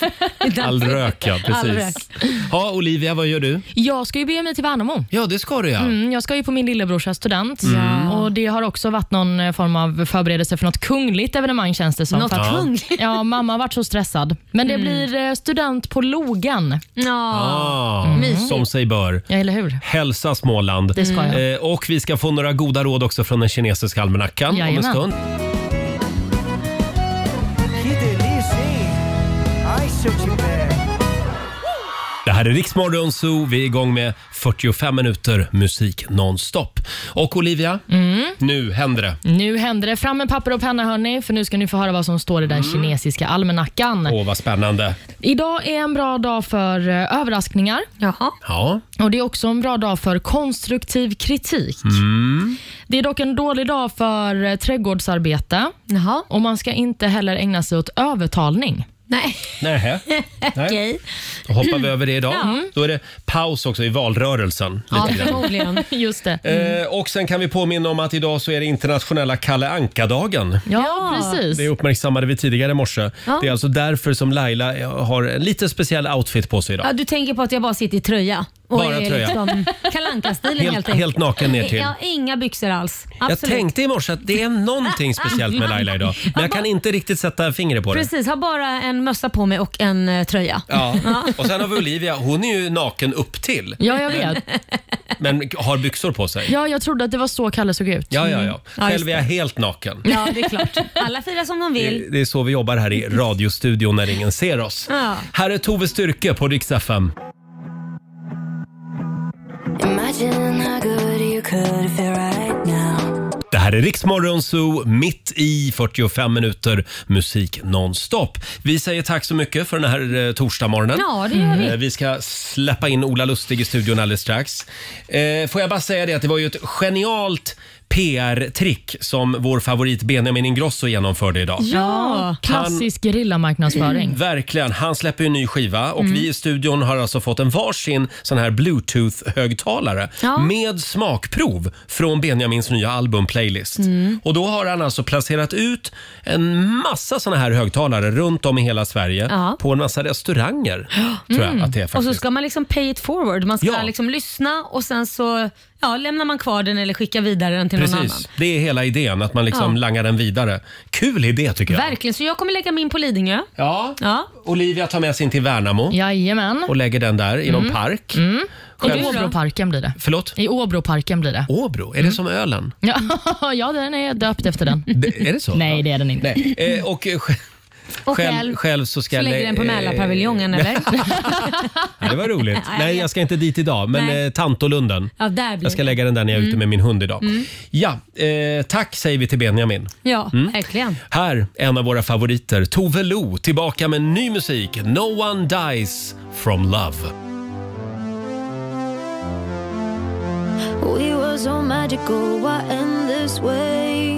All rök, ja. Precis. All rök. Ja, Olivia, vad gör du? Jag ska ju bege mig till Värnamo. Ja, det ska du ja. Mm, jag ska ju på min lillebrorsas student Mm. och det har också varit någon eh, form av förberedelse för något kungligt evenemang känns det som. Något För att- kungligt? Mm. Ja, mamma har varit så stressad. Men det blir eh, student på Logan. Ah, Som sig bör. Ja, eller hur? Hälsa Småland. Mm. Det ska jag. Eh, och vi ska få några goda råd också från den kinesiska almanackan om en Jajamän. stund. Det här är Riksmorgon Zoo. Vi är igång med 45 minuter musik nonstop. Och Olivia, Mm. nu händer det. Nu händer det. Fram med papper och penna hörni, för nu ska ni få höra vad som står i den kinesiska almanackan. Åh, vad spännande. Idag är en bra dag för eh, överraskningar. Jaha. Ja. Och Det är också en bra dag för konstruktiv kritik. Mm. Det är dock en dålig dag för eh, trädgårdsarbete. Och man ska inte heller ägna sig åt övertalning. Nej. Nähä. Okej. Då hoppar vi över det idag. Mm. Ja. Då är det paus också i valrörelsen. Lite grann. Just det. Mm. Eh, och sen kan vi påminna om att idag så är det internationella Kalle Anka-dagen. Ja, precis. Det uppmärksammade vi tidigare i morse. Ja. Det är alltså därför som Laila eh, har en lite speciell outfit på sig idag. Ja, du tänker på att jag bara sitter i tröja. Och Bara är tröja. Liksom Kalle Anka-stilen Helt- helt, enkelt. helt naken ner till. Ja, inga byxor alls. Absolut. Jag tänkte i morse att det är någonting speciellt med Laila idag. Men jag kan inte riktigt sätta fingret på det. Precis, har bara en mössa på mig och en eh, tröja. Ja. Och sen har vi Olivia, hon är ju naken upp till Ja, jag vet. men har byxor på sig. Ja, jag trodde att det var så Kalle såg ut. Ja, ja, Mm. ja. Ja, just Själv är jag helt naken. Ja, det är klart. Alla firar som de Det, vill. det är så vi jobbar här i radiostudion när ingen ser oss. Ja. Här är Tove Styrke på Rix FM. Imagine how good you could feel right now. Det Det här är Riksmorgon Zoo, mitt i 45 minuter musik nonstop. Vi säger tack så mycket för den här eh, torsdagsmorgonen. Ja, det gör vi. Eh, Vi ska släppa in Ola Lustig i studion alldeles strax. Eh, får jag bara säga det att det var ju ett genialt PR-trick som vår favorit Benjamin Ingrosso genomförde idag. Ja, Mm. klassisk gerillamarknadsföring. Verkligen. Han släpper ju en ny skiva och Mm. vi i studion har alltså fått en varsin sån här bluetooth-högtalare Ja. med smakprov från Benjamins nya album Playlist. Mm. Och då har han alltså placerat ut en massa såna här högtalare runt om i hela Sverige Ja. på en massa restauranger. Tror jag att det är Och så faktiskt. ska man liksom pay it forward. Man ska Ja. liksom lyssna och sen så ja, lämnar man kvar den eller skickar vidare den till någon annan. Precis, det är hela idén att man liksom Ja. langar den vidare. Kul idé tycker jag. Verkligen, så jag kommer lägga min på Lidingö. Ja. ja. Olivia tar med sin till Värnamo Jajamän. och lägger den där i någon Mm. park. I Själv- Åbroparken blir det. Förlåt? I Åbroparken blir det. Åbro? Är det som ölen? Ja, ja, den är döpt efter den. Det, är det så? Nej, det är den inte. Nej. Eh, och eh, sj- Och själv, själv, själv så ska så jag lägger lä- den på Mälarpaviljongen eh, eller? Ja, det var roligt. Nej, jag ska inte dit idag, men Nej. eh, Tantolunden. Ja, där blir Jag ska det. lägga den där när jag är ute Mm. med min hund idag. Mm. Ja, eh, tack säger vi till Benjamin. Ja, Mm. verkligen. Här, en av våra favoriter, Tove Lo, tillbaka med ny musik. No one dies from love. We were so magical, why end this way?